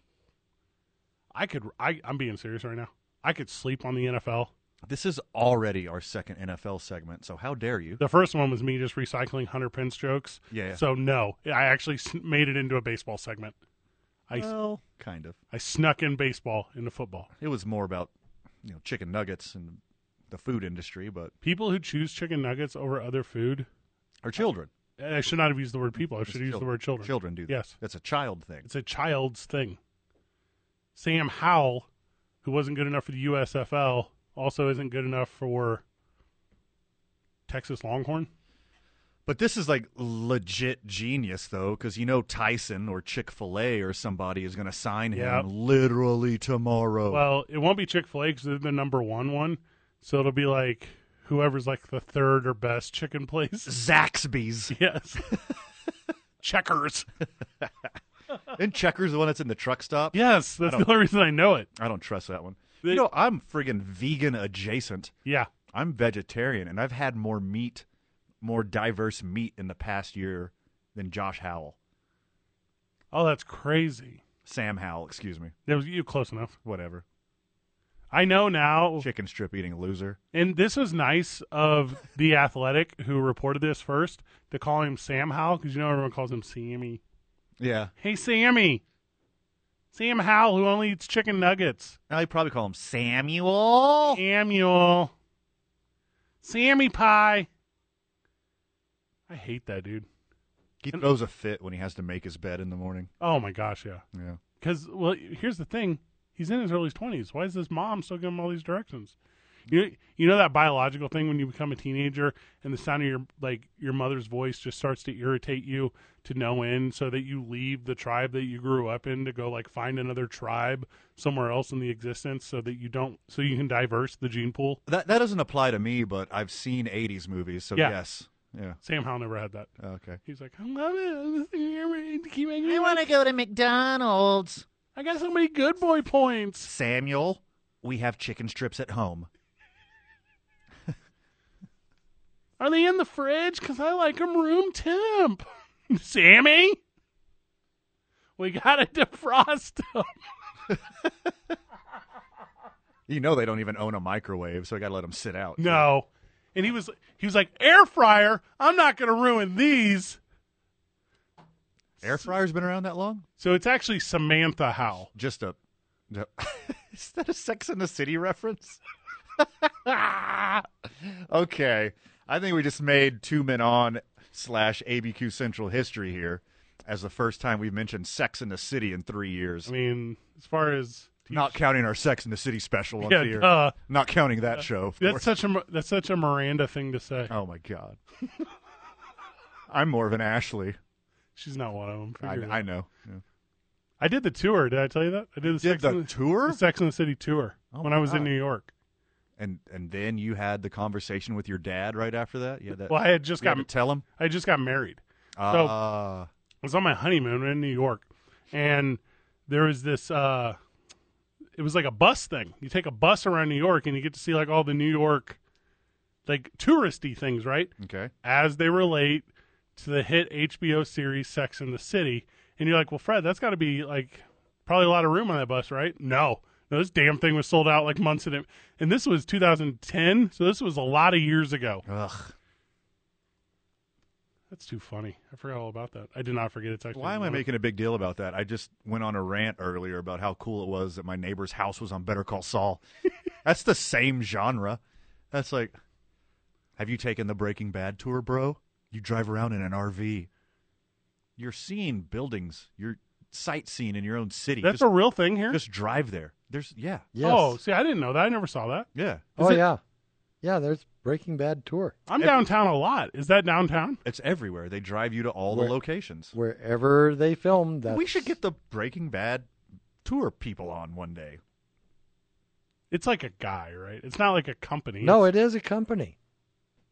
A: I could, I, I'm being serious right now. I could sleep on the NFL.
B: This is already our second NFL segment, so how dare you?
A: The first one was me just recycling Hunter Pence jokes.
B: Yeah, yeah.
A: So, no, I actually s- made it into a baseball segment. I,
B: Well, kind of.
A: I snuck in baseball into football.
B: It was more about you know chicken nuggets and the food industry, but
A: people who choose chicken nuggets over other food
B: or children.
A: i should not have used the word people i
B: It's
A: should use the word children
B: Children do that.
A: Yes.
B: That's a child thing.
A: it's a child's thing sam howell who wasn't good enough for the usfl also isn't good enough for texas longhorn
B: But this is like legit genius, though, because you know Tyson or Chick Fil A or somebody is going to sign him
A: Yep.
B: literally tomorrow.
A: well it won't be chick-fil-a because they're the number one one so it'll be like whoever's like the third or best chicken place
B: Zaxby's
A: [LAUGHS] yes checkers
B: and Checkers, the one that's in the truck stop.
A: yes that's the only reason i know it
B: I don't trust that one.
A: They-
B: you know, I'm friggin' vegan adjacent.
A: yeah
B: I'm vegetarian, and I've had more meat, more diverse meat in the past year than Josh Howell,
A: oh that's crazy
B: Sam Howell, excuse me,
A: that was you close enough
B: whatever.
A: i know now
B: Chicken strip eating loser.
A: And this was nice of the athletic who reported this first to call him Sam Howell because you know everyone calls him Sammy.
B: Yeah,
A: Hey, Sammy. Sam Howell, who only eats chicken nuggets.
B: now you probably call him Samuel.
A: Samuel. Sammy Pie. I hate that dude.
B: He throws a fit when he has to make his bed in the morning.
A: Oh my gosh, yeah.
B: Yeah.
A: Because well, here's the thing: he's in his early twenties. Why is his mom still giving him all these directions? You you know that biological thing when you become a teenager and the sound of your like your mother's voice just starts to irritate you to no end, so that you leave the tribe that you grew up in to go like find another tribe somewhere else in the existence, so that you don't so you can diverse the gene pool.
B: That that doesn't apply to me, but I've seen '80s movies, so
A: Yeah.
B: yes, yeah,
A: Sam Howell never had that.
B: okay.
A: He's like, I love it. I'm just here, man, to keep making me
B: I
A: laugh.
B: want to go to McDonald's.
A: I got so many good boy points.
B: Samuel, we have chicken strips at home.
A: Are they in the fridge? Because I like them room temp. [LAUGHS] Sammy? We got to [LAUGHS] defrost them.
B: You know they don't even own a microwave, so I gotta let them sit out.
A: No. And he was he was like, air fryer, I'm not going to ruin these.
B: Air fryer's been around that long?
A: So it's actually Samantha Howe.
B: Just a. [LAUGHS] Is that a Sex in the City reference? [LAUGHS] okay, I think we just made Two Men On slash ABQ Central history here, as the first time we've mentioned Sex in the City in three years.
A: I mean, as far as
B: Not counting our Sex in the City special once
A: Yeah,
B: a year.
A: duh.
B: Not counting that show. Of
A: that's
B: course.
A: such a Mir- that's such a Miranda thing to say.
B: oh my god. [LAUGHS] I'm more of an Ashley.
A: She's not one of them.
B: I, I know. Yeah.
A: I did the tour. Did I tell you that? I did the, Sex,
B: Did the
A: and
B: tour?
A: Sex and the City tour
B: Oh
A: when
B: my
A: I was in
B: God.
A: New York.
B: And and then you had the conversation with your dad right after that. Yeah, that.
A: Well, I had just
B: you had
A: got
B: to tell him.
A: I just got married. So-
B: Uh,
A: I was on my honeymoon in New York, and there was this. uh It was like a bus thing. You take a bus around New York, and you get to see like all the New York, like touristy things, right?
B: okay.
A: As they relate to the hit HBO series Sex and the City, and you're like, well, Fred, that's got to be like probably a lot of room on that bus, right? No. No, this damn thing was sold out like months in it. And this was 2010, so this was a lot of years ago.
B: Ugh.
A: That's too funny. I forgot all about that. I did not forget it's actually.
B: Why am I
A: one of-
B: making a big deal about that? I just went on a rant earlier about how cool it was that my neighbor's house was on Better
A: [LAUGHS]
B: Call Saul. That's the same genre. That's like, have you taken the Breaking Bad tour, bro? You drive around in an RV. You're seeing buildings. You're sightseeing in your own city.
A: That's
B: just,
A: a real thing here.
B: just drive there. There's yeah,
C: Yes.
A: Oh, see, I didn't know that. I never saw that.
B: yeah.
C: Oh,
A: it-
C: yeah. Yeah, there's Breaking Bad tour.
A: I'm downtown a lot. Is that downtown?
B: It's everywhere. They drive you to all
C: Where-
B: the locations.
C: Wherever they filmed that.
B: We should get the Breaking Bad tour people on one day.
A: It's like a guy, right? It's not like a company.
C: No, it is a company.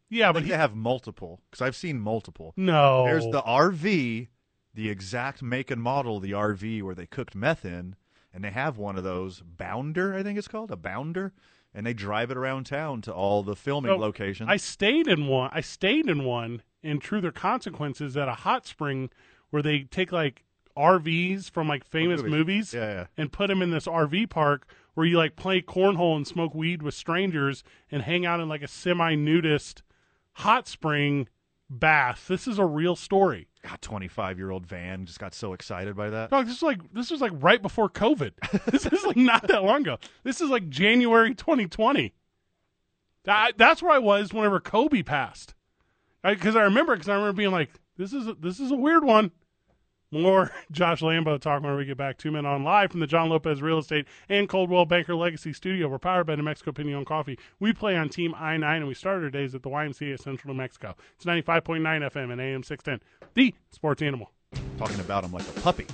A: Yeah,
B: I
A: but
B: think
A: he,
B: they have multiple because I've seen multiple.
A: no.
B: There's the RV, the exact make and model of the RV where they cooked meth in, and they have one of those Bounder, I think it's called a Bounder, and they drive it around town to all the filming
A: So,
B: locations.
A: I stayed in one. I stayed in one in Truth or Consequences at a hot spring where they take like RVs from like famous
B: movies.
A: movies
B: Yeah, yeah.
A: and put them in this RV park where you like play cornhole and smoke weed with strangers and hang out in like a semi nudist hot spring bath. This is a real story.
B: God, 25 year old Van just got so excited by that.
A: Dog, this is like this was like right before COVID. [LAUGHS] this is like not that long ago. This is like January 2020. That, that's where I was whenever Kobe passed, because I, remember because I remember being like, "This is a, this is a weird one." More [LAUGHS] Josh Lambo talk when we get back. Two men on live from the John Lopez Real Estate and Coldwell Banker Legacy Studio. We're powered by New Mexico Pinion Coffee. We play on Team I nine, and we started our days at the YMCA at Central New Mexico. It's ninety five point nine FM and AM six ten. The Sports Animal,
B: Talking about him like a puppy,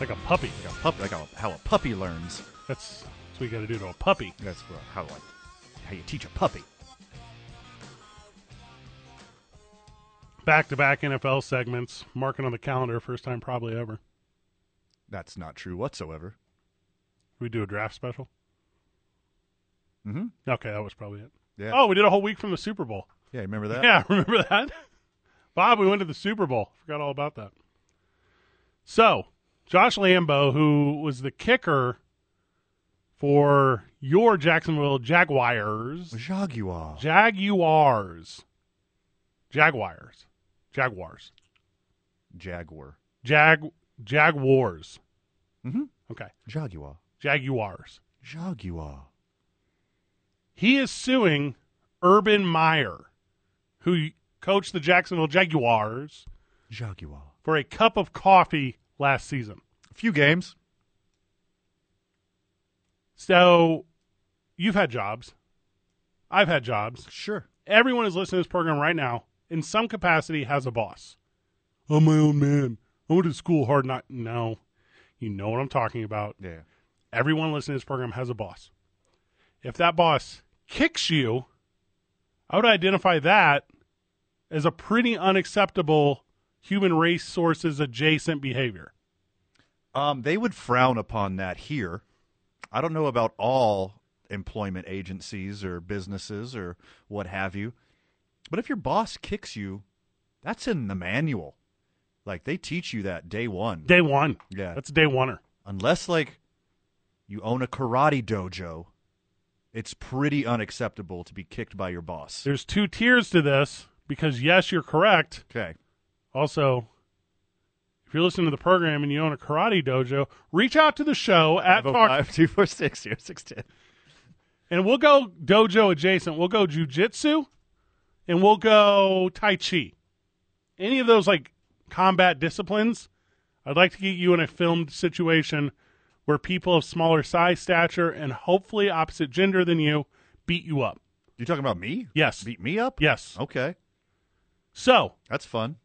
A: like a puppy.
B: like a puppy, like a, how a puppy learns.
A: That's that's what you got to do to a puppy.
B: That's what, how like how you teach a puppy.
A: Back to back NFL segments, marking on the calendar, first time probably ever.
B: That's not true whatsoever.
A: We do a draft special.
B: Mm-hmm.
A: Okay, that was probably it.
B: Yeah.
A: Oh, we did a whole week from the Super Bowl.
B: Yeah, remember that?
A: Yeah, [LAUGHS] remember that? Bob, we went to the Super Bowl. Forgot all about that. So, Josh Lambo, who was the kicker for your Jacksonville Jaguars,
B: Jaguar.
A: Jaguars, Jaguars, Jaguars,
B: Jaguar.
A: Jag, Jaguars.
B: Mhm.
A: Okay,
B: Jaguar.
A: Jaguars.
B: Jaguar.
A: He is suing Urban Meyer, who coached the Jacksonville Jaguars,
B: Jaguar.
A: for a cup of coffee last season.
B: A few games.
A: So you've had jobs. I've had jobs.
B: Sure.
A: Everyone who's listening to this program right now, in some capacity, has a boss. I'm my own man. I went to school hard not. No. You know what I'm talking about.
B: Yeah.
A: Everyone listening to this program has a boss. If that boss kicks you, I would identify that as a pretty unacceptable human race sources adjacent behavior.
B: Um, they would frown upon that here. I don't know about all employment agencies or businesses or what have you, but if your boss kicks you, that's in the manual. Like they teach you that day one,
A: Day one.
B: Yeah.
A: That's a day oneer.
B: unless like you own a karate dojo. It's pretty unacceptable to be kicked by your boss.
A: There's two tiers to this because, yes, you're correct.
B: Okay.
A: Also, if If you're listening to the program and you own a karate dojo, reach out to the show at Talk
B: 505 246 0610.
A: and we'll go dojo adjacent. We'll go jujitsu, and we'll go tai chi. Any of those like combat disciplines, I'd like to get you in a filmed situation where people of smaller size, stature, and hopefully opposite gender than you beat you up.
B: You talking about me?
A: Yes.
B: Beat me up?
A: Yes.
B: Okay.
A: So
B: That's fun.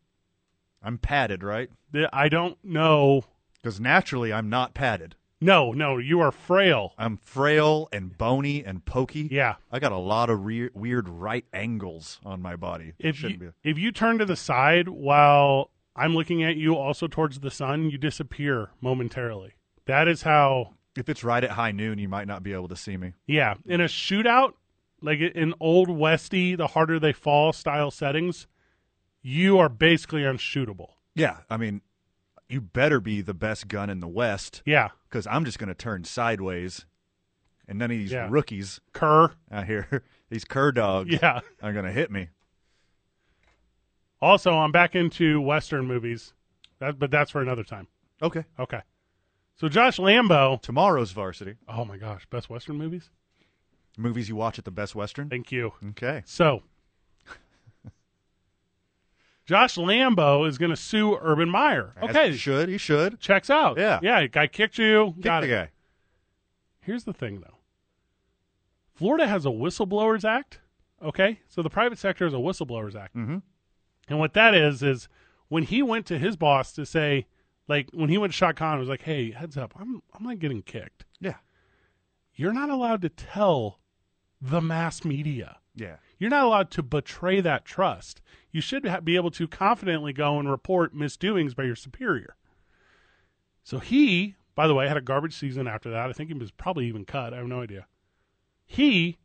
B: I'm padded, right?
A: the, I don't know.
B: Because naturally, I'm not padded.
A: No, no, you are frail.
B: I'm frail and bony and pokey.
A: Yeah.
B: I got a lot of re- weird right angles on my body. It
A: If
B: shouldn't
A: you,
B: be.
A: if you turn to the side while I'm looking at you, also towards the sun, you disappear momentarily. That is how
B: If it's right at high noon, you might not be able to see me.
A: Yeah, in a shootout, like in old westy, the harder they fall style settings, you are basically unshootable.
B: Yeah. I mean, you better be the best gun in the West
A: Yeah,
B: because I'm just going to turn sideways. And none of these
A: Yeah.
B: rookies
A: Kerr.
B: out here, [LAUGHS] these cur dogs,
A: Yeah.
B: are going to hit me.
A: Also, I'm back into western movies, that, but that's for another time.
B: Okay.
A: Okay. So Josh Lambo.
B: Tomorrow's varsity.
A: Oh my gosh, best western movies.
B: Movies you watch at the Best Western.
A: Thank you.
B: Okay.
A: So. Josh Lambo is going to sue Urban Meyer.
B: As
A: Okay,
B: He should. He should.
A: checks out.
B: Yeah.
A: yeah. Guy kicked you.
B: Kick
A: got
B: the
A: it.
B: guy.
A: Here's the thing, though. Florida has a Whistleblowers Act. Okay, so the private sector has a Whistleblowers Act,
B: Mhm.
A: and what that is is when he went to his boss to say, like, when he went to Shot Khan, it was like, "Hey, heads up, I'm I'm like getting kicked.
B: Yeah.
A: You're not allowed to tell the mass media.
B: Yeah.
A: You're not allowed to betray that trust. You should ha- be able to confidently go and report misdoings by your superior. So he, by the way, had a garbage season after that. I think he was probably even cut. I have no idea. He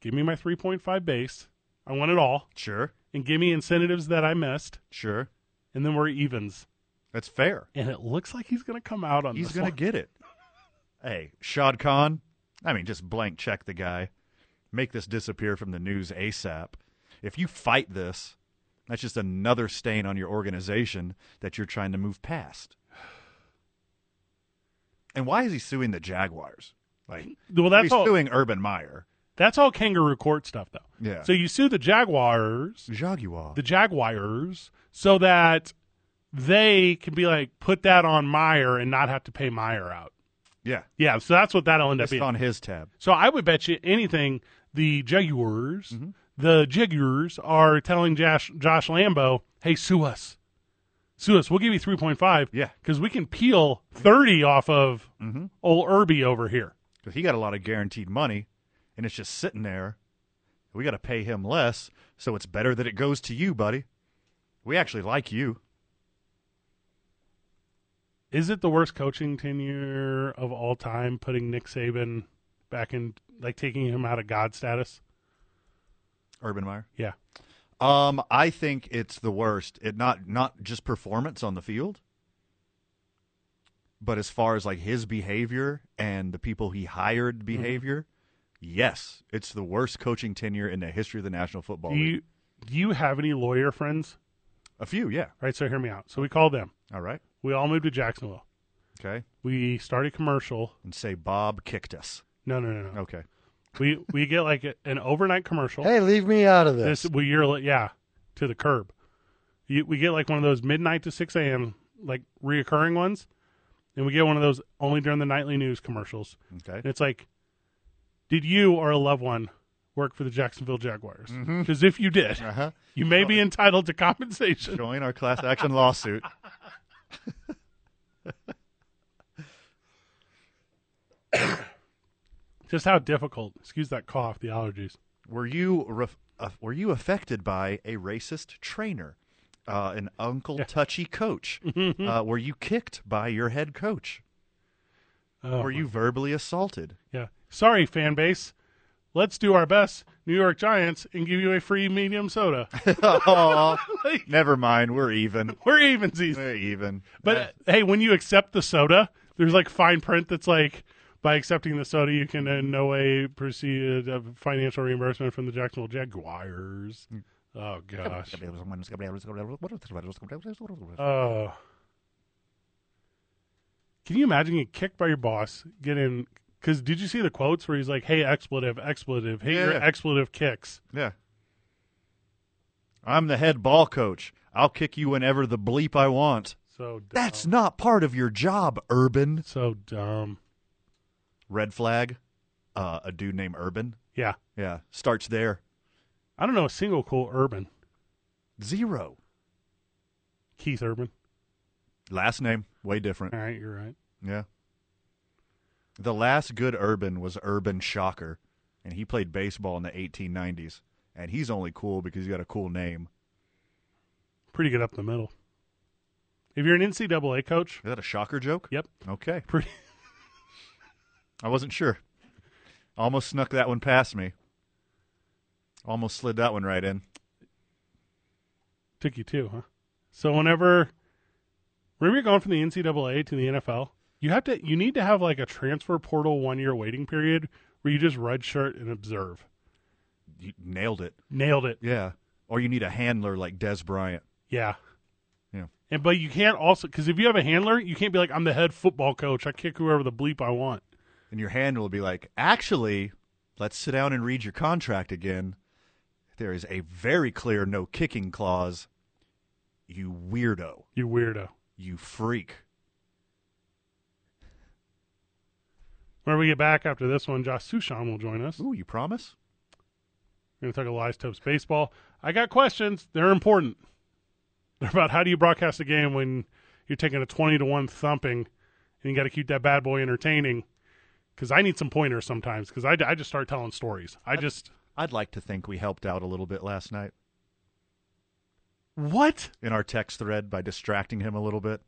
A: gave me my 3.5 base. I want it all
B: Sure.
A: and gave me incentives that I missed.
B: Sure.
A: And then we're evens.
B: That's fair.
A: And it looks like he's going to come out on
B: He's
A: this
B: gonna
A: one.
B: get it. Hey, Shad Khan. I mean, just blank check the guy. Make this disappear from the news ASAP. If you fight this, that's just another stain on your organization that you're trying to move past. And why is he suing the Jaguars? Like,
A: Well, that's
B: he's
A: all.
B: suing Urban Meyer.
A: That's all kangaroo court stuff, though.
B: Yeah.
A: So you sue the Jaguars
B: Jaguar.
A: the Jaguars so that they can be like put that on Meyer and not have to pay Meyer out.
B: yeah.
A: Yeah, so that's what that'll end up
B: It's
A: being.
B: on his tab.
A: So I would bet you anything the Jaguars,
B: Mm-hmm.
A: the Jaguars are telling Josh Josh Lambo, "Hey, sue us, sue us. We'll give you three point five.
B: Yeah. Mm-hmm.
A: because we can peel thirty off of old Irby over here.
B: because he got a lot of guaranteed money and it's just sitting there. We got to pay him less, so it's better that it goes to you, buddy. We actually like you.
A: Is it the worst coaching tenure of all time? Putting Nick Saban back in, like taking him out of God status.
B: Urban Meyer.
A: Yeah.
B: Um, I think it's the worst. It not not just performance on the field, but as far as like his behavior and the people he hired behavior, yes, it's the worst coaching tenure in the history of the National Football
A: Do
B: League.
A: you do you have any lawyer friends?
B: A few, yeah.
A: All right, so hear me out. So we called them.
B: All right,
A: We all moved to Jacksonville.
B: okay,
A: We start a commercial.
B: and say Bob kicked us.
A: No, no, no, no.
B: Okay,
A: We we get like a, an overnight commercial.
C: Hey, leave me out of this.
A: This we you're like, yeah to the curb. You, we get like one of those midnight to six a.m. like reoccurring ones, and we get one of those only during the nightly news commercials.
B: okay.
A: And it's like, did you or a loved one work for the Jacksonville Jaguars? Because if you did,
B: Uh-huh.
A: you may be entitled to compensation.
B: Join our class action lawsuit.
A: Just how difficult. Excuse that cough. The allergies.
B: Were you ref- uh, were you affected by a racist trainer, uh, an uncle touchy coach?
A: Mm-hmm.
B: uh, were you kicked by your head coach?
A: Oh,
B: were you verbally assaulted?
A: Yeah. Sorry, fan base. Let's do our best, New York Giants, and give you a free medium
B: [LAUGHS]
A: soda. [LAUGHS]
B: Aw,
A: Like,
B: never mind. We're even.
A: We're evensies.
B: We're even.
A: But
B: Eh,
A: uh, hey, when you accept the soda, there's like fine print that's like, by accepting the soda, you can in no way proceed a financial reimbursement from the Jacksonville Jaguars.
B: Hmm.
A: uh, Oh gosh. Oh. Can you imagine getting kicked by your boss? Getting because did you see the quotes where he's like, "Hey, expletive, expletive, hey,
B: Yeah,
A: your
B: yeah.
A: expletive kicks."
B: Yeah. I'm the head ball coach. I'll kick you whenever the bleep I want.
A: So dumb.
B: That's not part of your job, Urban.
A: so dumb.
B: Red flag. Uh, a dude named Urban.
A: Yeah,
B: Yeah. Starts there.
A: I don't know a single cool urban
B: Zero.
A: Keith Urban.
B: Last name. Way different.
A: All right, you're right.
B: Yeah. The last good Urban was Urban Shocker, and he played baseball in the 1890s. And he's only cool because he's got a cool name.
A: Pretty good up the middle. If you're an NCAA coach,
B: Is that a shocker joke?
A: yep,
B: Okay.
A: pretty.
B: I wasn't sure. Almost snuck that one past me. Almost slid that one right in.
A: Took you two, huh? So whenever, whenever you're going from the NCAA to the NFL, you have to, you need to have like a transfer portal one year waiting period where you just redshirt and observe.
B: You nailed it.
A: Nailed it.
B: Yeah. Or you need a handler like Des Bryant.
A: Yeah.
B: Yeah.
A: And but you can't also because if you have a handler, you can't be like, I'm the head football coach. I kick whoever the bleep I want.
B: And your handler will be like, actually, let's sit down and read your contract again. There is a very clear no kicking clause. You weirdo.
A: You weirdo.
B: You freak.
A: When we get back after this one, Josh Sushan will join us.
B: Ooh, you promise?
A: We're going to talk a live tips baseball. I got questions. They're important. They're about how do you broadcast a game when you're taking a 20 to 1 thumping and you got to keep that bad boy entertaining. Because I need some pointers sometimes because I, I just start telling stories. I just.
B: I'd like to think we helped out a little bit last night
A: What?
B: in our text thread by distracting him a little bit.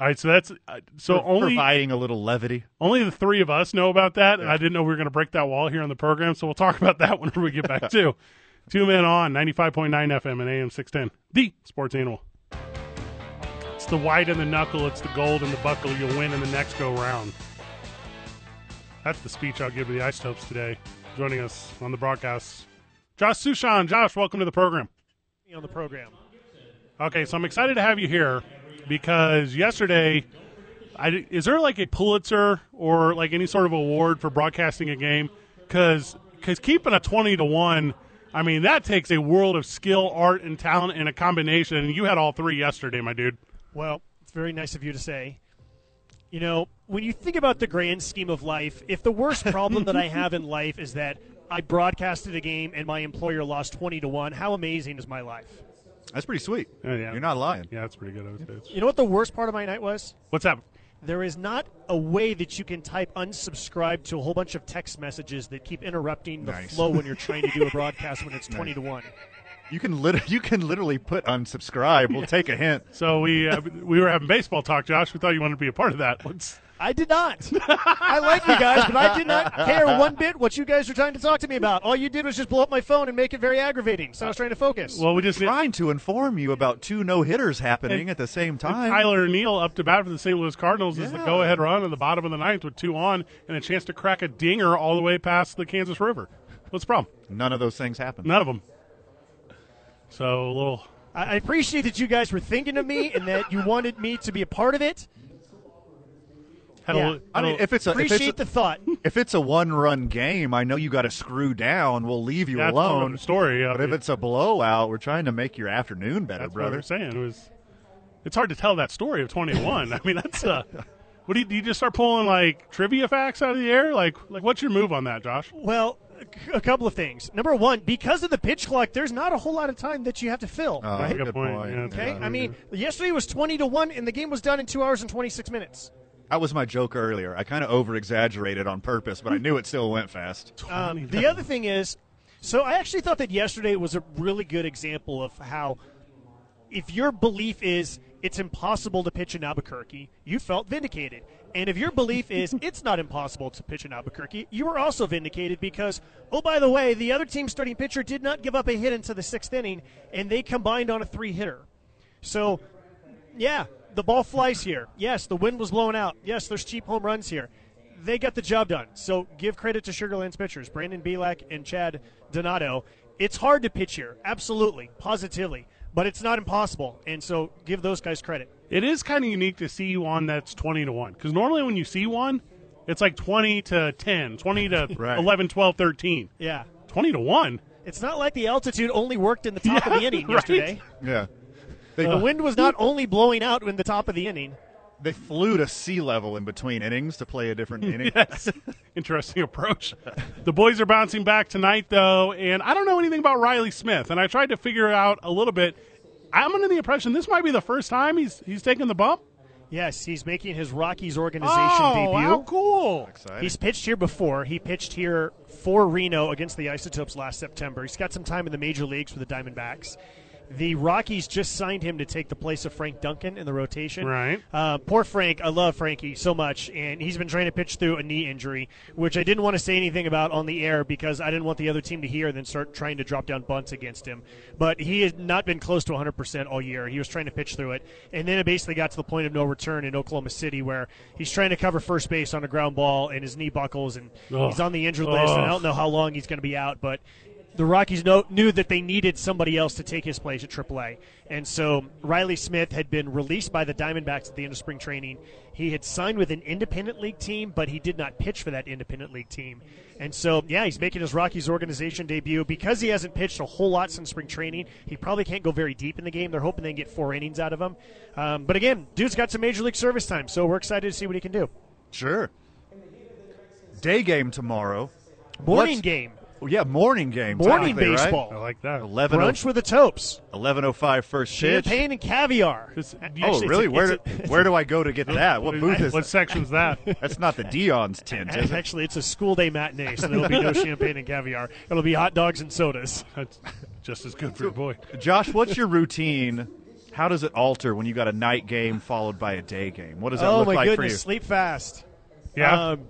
A: All right, so that's. uh, So
B: Pro-
A: only.
B: providing a little levity.
A: Only the three of us know about that, and I didn't know we were going to break that wall here on the program, so we'll talk about that [LAUGHS] whenever we get back to. Two men on 95.9 FM and AM 610, the sports animal. It's the white and the knuckle, it's the gold and the buckle. You'll win in the next go round. That's the speech I'll give to the Ice Topes today. Joining us on the broadcast, Josh Sushan. Josh, welcome to the program.
E: me on the program.
A: Okay, so I'm excited to have you here because yesterday, I, di- is there like a Pulitzer or like any sort of award for broadcasting a game? Because keeping a 20 to 1, I mean, that takes a world of skill, art, and talent and a combination. And you had all three yesterday, my dude.
E: Well, it's very nice of you to say. You know, when you think about the grand scheme of life, if the worst problem that I have in life is that I broadcasted a game and my employer lost 20 to 1, how amazing is my life?
B: That's pretty sweet.
A: Oh, yeah.
B: You're not lying.
A: Yeah, that's pretty good. I would say it's-
E: You know what the worst part of my night was?
A: What's up?
E: There is not a way that you can type unsubscribe to a whole bunch of text messages that keep interrupting the
B: Nice.
E: flow when you're trying to do a broadcast when it's 20 to 1.
B: You can lit- [LAUGHS] you can literally put unsubscribe. We'll take a hint.
A: So we uh, [LAUGHS] we were having baseball talk, Josh. We thought you wanted to be a part of that. Let's,
E: I did not. I like you guys, but I did not care one bit what you guys were trying to talk to me about. All you did was just blow up my phone and make it very aggravating. So I was trying to focus.
A: well, we just need
B: Trying to inform you about two no hitters happening at the same time.
A: Tyler Neal up to bat for the St. Louis Cardinals is the
B: Yeah.
A: go-ahead run in the bottom of the ninth with two on and a chance to crack a dinger all the way past the Kansas River. What's the problem?
B: None of those things happened.
A: None of them. So a little.
E: I I appreciate that you guys were thinking of me and that you wanted me to be a part of it.
A: Had a
E: Yeah.
A: little-
B: I mean, if it's a if
E: Appreciate
B: it's a,
E: the thought.
B: if it's a one run game, I know you got to screw down. We'll leave you
A: that's part of
B: alone.
A: the story. uh,
B: But if it's a blowout, we're trying to make your afternoon better,
A: that's
B: brother.
A: what we're saying it was. It's hard to tell that story of twenty-one. I mean, that's uh, [LAUGHS] what do you, do you just start pulling like trivia facts out of the air? Like, like what's your move on that, Josh?
E: Well, a c- a couple of things. Number one, because of the pitch clock, there's not a whole lot of time that you have to fill.
B: Oh,
A: That's a good point. Yeah, that's
E: okay?
A: yeah.
E: I mean, yesterday was 20 to 1, and the game was done in 2 hours and 26 minutes.
B: that was my joke earlier. I kind of over exaggerated on purpose, but I knew it still went fast.
E: Um, the other thing is, so I actually thought that yesterday was a really good example of how, if your belief is it's impossible to pitch in Albuquerque, you felt vindicated. And if your belief is it's not impossible to pitch in Albuquerque, you were also vindicated because, oh, by the way, the other team's starting pitcher did not give up a hit into the sixth inning, and they combined on a three hitter. So, yeah, the ball flies here. Yes, the wind was blowing out. Yes, there's cheap home runs here. They got the job done. So give credit to Sugarland's pitchers, Brandon Belak and Chad Donato. It's hard to pitch here, absolutely, positively, but it's not impossible. And so give those guys credit.
A: It is kind of unique to see one that's 20 to 1 because normally when you see one, it's like 20 to 10, 20 to
B: [LAUGHS] Right.
A: 11, 12, 13.
E: Yeah.
A: 20 to 1.
E: It's not like the altitude only worked in the
A: [LAUGHS]
E: top of the inning
A: right.
E: yesterday.
B: Yeah. They,
A: Uh.
E: The wind was not only blowing out in the top of the inning.
B: they flew to sea level in between innings to play
A: [LAUGHS]
B: a different inning.
A: Yes. [LAUGHS] Interesting approach. The boys are bouncing back tonight, though, and I don't know anything about Riley Smith, and I tried to figure out a little bit. I'm under the impression this might be the first time he's he's taken the bump.
E: Yes, he's making his Rockies organization
A: Oh,
E: debut.
A: how cool!
B: Exciting.
E: He's pitched here before. He pitched here for Reno against the Isotopes last September. He's got some time in the major leagues for the Diamondbacks. The Rockies just signed him to take the place of Frank Duncan in the rotation.
A: Right.
E: Uh, poor Frank. I love Frankie so much, and he's been trying to pitch through a knee injury, which I didn't want to say anything about on the air because I didn't want the other team to hear and then start trying to drop down bunts against him. But he has not been close to 100% all year. He was trying to pitch through it, and then it basically got to the point of no return in Oklahoma City where he's trying to cover first base on a ground ball, and his knee buckles, and
A: Ugh.
E: he's on the injured list, and I don't know how long he's going to be out, but the Rockies know, knew that they needed somebody else to take his place at AAA. And so Riley Smith had been released by the Diamondbacks at the end of spring training. He had signed with an independent league team, but he did not pitch for that independent league team. And so, yeah, he's making his Rockies organization debut. Because he hasn't pitched a whole lot since spring training, he probably can't go very deep in the game. They're hoping they can get four innings out of him. Um, but again, dude's got some major league service time, so we're excited to see what he can do.
B: Sure. Day game tomorrow.
E: Morning
B: What's-
E: game,
B: Well, yeah, morning game.
E: morning
B: technically, right?
E: baseball.
A: I like that.
B: 11
E: Brunch with the Topes.
B: 11.05 first pitch.
E: Champagne and caviar. [LAUGHS]
A: This-
B: Oh,
E: Actually, it's
B: really?
E: a-
B: where
E: it's a-
B: where do I go
A: [LAUGHS]
B: to get that? What booth
E: [LAUGHS]
B: is
A: what
B: that?
A: section's that?
B: That's not the Dion's tent, is it?
E: Actually, it's a school day matinee, so there'll
B: [LAUGHS]
E: be no champagne and caviar. It'll be hot dogs and sodas.
A: That's [LAUGHS] just as good for your boy.
B: Josh, what's your routine? How does it alter when you got a night game followed by a day game? What does that
E: oh
B: look
E: my
B: like for
E: goodness!
B: you?
E: Sleep fast.
A: Yeah.
E: Um,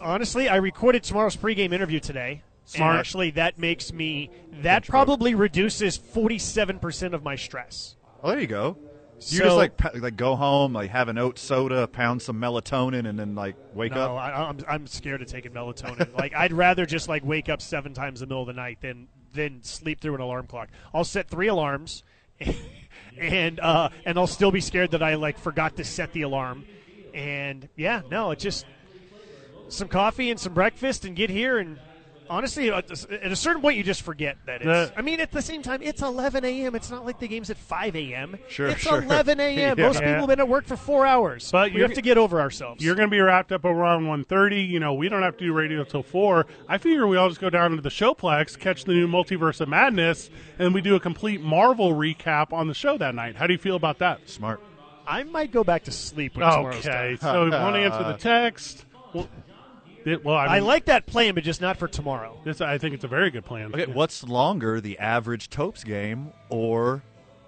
E: honestly, I recorded tomorrow's pregame interview today.
A: Smart.
E: And actually, that makes me that probably reduces forty-seven percent of my stress.
B: Oh, there you go. You
E: So-
B: just like pa- like go home, like have an oat soda, pound some melatonin, and then like wake
E: No,
B: up.
E: I, I'm I'm scared of taking melatonin. like I'd rather just like wake up seven times in the middle of the night than than sleep through an alarm clock. I'll set three alarms, [LAUGHS] and uh, and I'll still be scared that I like forgot to set the alarm. And yeah, no, it just some coffee and some breakfast and get here and. Honestly, at at a certain point, you just forget that it's.
A: The-
E: I mean, at the same time, it's 11 a.m. It's not like the game's at 5 a.m.
B: Sure,
E: it's
B: sure.
E: 11
B: [LAUGHS]
E: a.m.
B: Yeah.
E: Most people have been at work for four hours.
A: But
E: we
A: you're-
E: have to get over ourselves.
A: You're going to be wrapped up around 1.30. You know, we don't have to do radio till 4. I figure we all just go down to the Showplex, catch the new Multiverse of Madness, and we do a complete Marvel recap on the show that night. How do you feel about that?
B: Smart.
E: I might go back to sleep with tomorrow's
A: Okay,
E: time.
A: so we want to answer
E: [LAUGHS]
A: the text. Well, it- well I,
E: I
A: mean,
E: like that plan, but just not for tomorrow.
A: this. I think it's a very good plan.
B: Okay, what's longer, the average Topes game or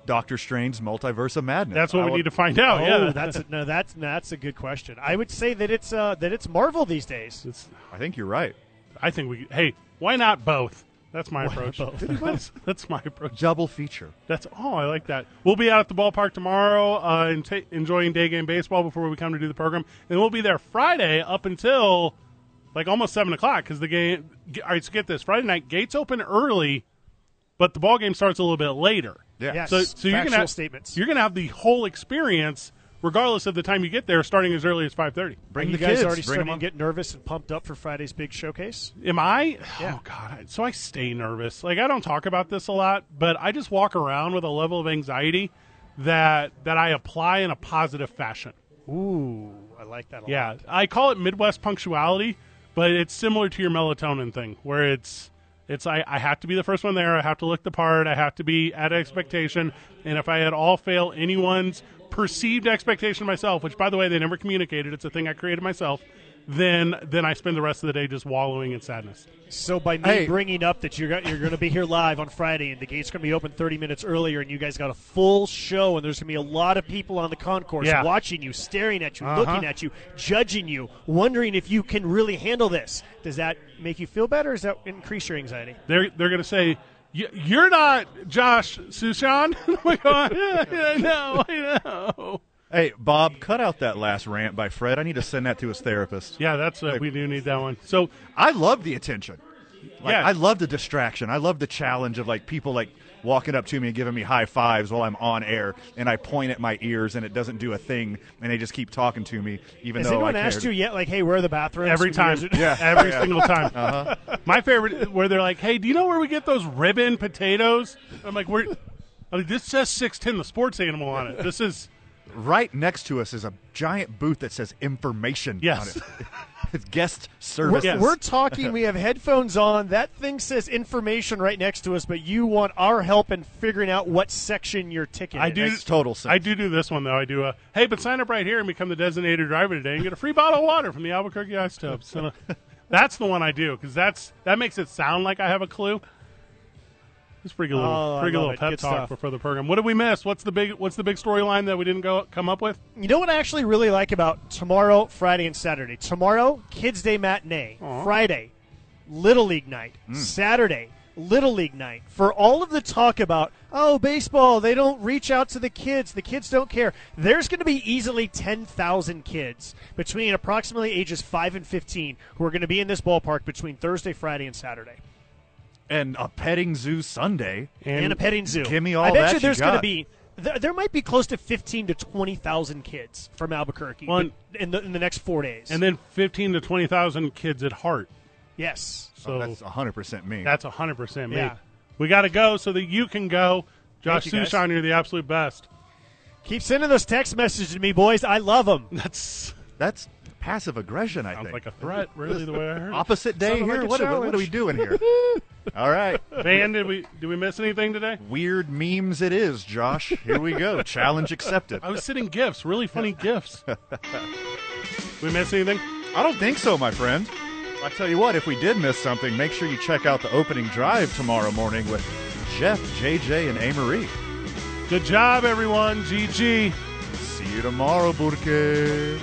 B: Doctor Strange's Multiverse of Madness?
A: That's what
B: I
A: we
B: wa-
A: need to find out. yeah,
E: oh, that's a, no, that's that's a good question. I would say that it's uh, that it's Marvel these days.
A: It's-
B: I think you're right.
A: [LAUGHS] I think we. Hey, why not both? That's my approach. [LAUGHS] that's, that's my approach.
B: Double feature.
A: That's all. I like that. We'll be out at the ballpark tomorrow, uh, and ta enjoying day game baseball before we come to do the program, and we'll be there Friday up until like almost seven o'clock because the game. g- All right, so get this: Friday night gates open early, but the ball game starts a little bit later.
B: Yeah.
E: Yes.
A: So, so you're gonna
E: Factual
A: have,
E: statements.
A: You're gonna have the whole experience, regardless of the time you get there, starting as early as five thirty.
B: Bring the
E: you guys
B: kids.
E: already
B: Bring 'em
E: starting to
B: on.
E: get nervous and pumped up for Friday's big showcase.
A: Am I?
E: Yeah.
A: Oh God! I- So I stay nervous. Like I don't talk about this a lot, but I just walk around with a level of anxiety that that I apply in a positive fashion.
E: Ooh, I like that. A lot.
A: Yeah, I call it Midwest punctuality, but it's similar to your melatonin thing, where it's it's I, I have to be the first one there. I have to look the part. I have to be at expectation. And if I at all fail anyone's perceived expectation of myself, which by the way they never communicated, it's a thing I created myself. Then then I spend the rest of the day just wallowing in sadness.
E: So by me
B: Hey.
E: bringing up that you're go- you're going to be here live on Friday and the gate's going to be open 30 minutes earlier and you guys got a full show and there's going to be a lot of people on the concourse
A: Yeah.
E: watching you, staring at you, looking at you, judging you, wondering if you can really handle this. Does that make you feel better? Or does that increase your anxiety?
A: they're they're going to say "Y- you're not Josh Sushan. [LAUGHS] We're going, "Yeah, yeah, no, I know.
B: Hey, Bob, cut out that last rant by Fred. I need to send that to his therapist.
A: Yeah, that's it. We do need that one. So
B: I love the attention. Like,
A: Yeah.
B: I love the distraction. I love the challenge of like people like walking up to me and giving me high fives while I'm on air, and I point at my ears and it doesn't do a thing, and they just keep talking to me even
E: Has
B: though
E: anyone
B: I
E: asked
B: cared.
E: you yet, like, hey, where are the bathrooms?
A: Every
E: You
A: time,
E: guys are-
B: Yeah.
A: [LAUGHS] every
B: Yeah.
A: single time.
E: Uh-huh.
A: My favorite, where they're like, "Hey, do you know where we get those ribbon potatoes?" I'm like, "Where?" I mean, this says six ten, the sports animal on it. This
E: [LAUGHS]
A: is
B: Right next to us is a giant booth that says information.
A: Yes. [LAUGHS]
B: on it. it's guest
E: [LAUGHS] We're,
B: services.
E: we're talking. We have headphones on. That thing says information right next to us, but you want our help in figuring out what section your ticket.
A: I
E: in.
A: do
B: makes total sense.
A: I do do this one though. I do a hey, but sign up right here and become the designated driver today and get a free bottle of water from the Albuquerque Ice Tub. So [LAUGHS] that's the one I do because that's that makes it sound like I have a clue. It's pretty good little,
E: Oh, I
A: pretty good
E: love
A: little
E: it.
A: pep
E: Good
A: talk
E: stuff.
A: for, for the program. What did we miss? What's the big What's the big storyline that we didn't go come up with?
E: You know what I actually really like about tomorrow, Friday, and Saturday? Tomorrow, Kids Day matinee. Friday, Little League night. Saturday, Little League night. For all of the talk about, oh, baseball, they don't reach out to the kids, the kids don't care. There's going to be easily 10,000 kids between approximately ages 5 and 15 who are going to be in this ballpark between Thursday, Friday, and Saturday.
B: and a petting zoo Sunday.
E: And, a petting zoo.
B: give me all
E: I bet
B: that
E: you there's
B: you
E: going to
B: got.
E: be. There, there might be close to fifteen to twenty thousand kids from Albuquerque
A: Well, and-
E: but- in the in the next four days.
A: And then fifteen to twenty thousand kids at heart.
E: Oh, Yes.
A: So
B: oh, that's 100% me.
A: that's hundred percent me.
E: Yeah.
A: We got to go so that you can go. Josh
E: Thank you, guys.
A: Sushan, you're the absolute best.
E: Keep sending those text messages to me, boys. I love them.
A: That's
B: That's passive aggression, I
A: sounds
B: think.
A: like a threat. Really, the way I heard. it.
B: Opposite day
E: Sounded like
B: here?
E: a
B: what, are- what are we
A: [LAUGHS]
B: doing here? All right.
A: Van, did we did we miss anything today?
B: Weird memes it is, Josh. Here we [LAUGHS] go. Challenge accepted.
A: I was sending gifts, really funny
E: [LAUGHS]
A: gifts. we miss anything?
B: I don't think so, my friend. I tell you what, if we did miss something, make sure you check out the opening drive tomorrow morning with Jeff, JJ, and Amory.
A: Good job, everyone. GG.
B: See you tomorrow, Burke.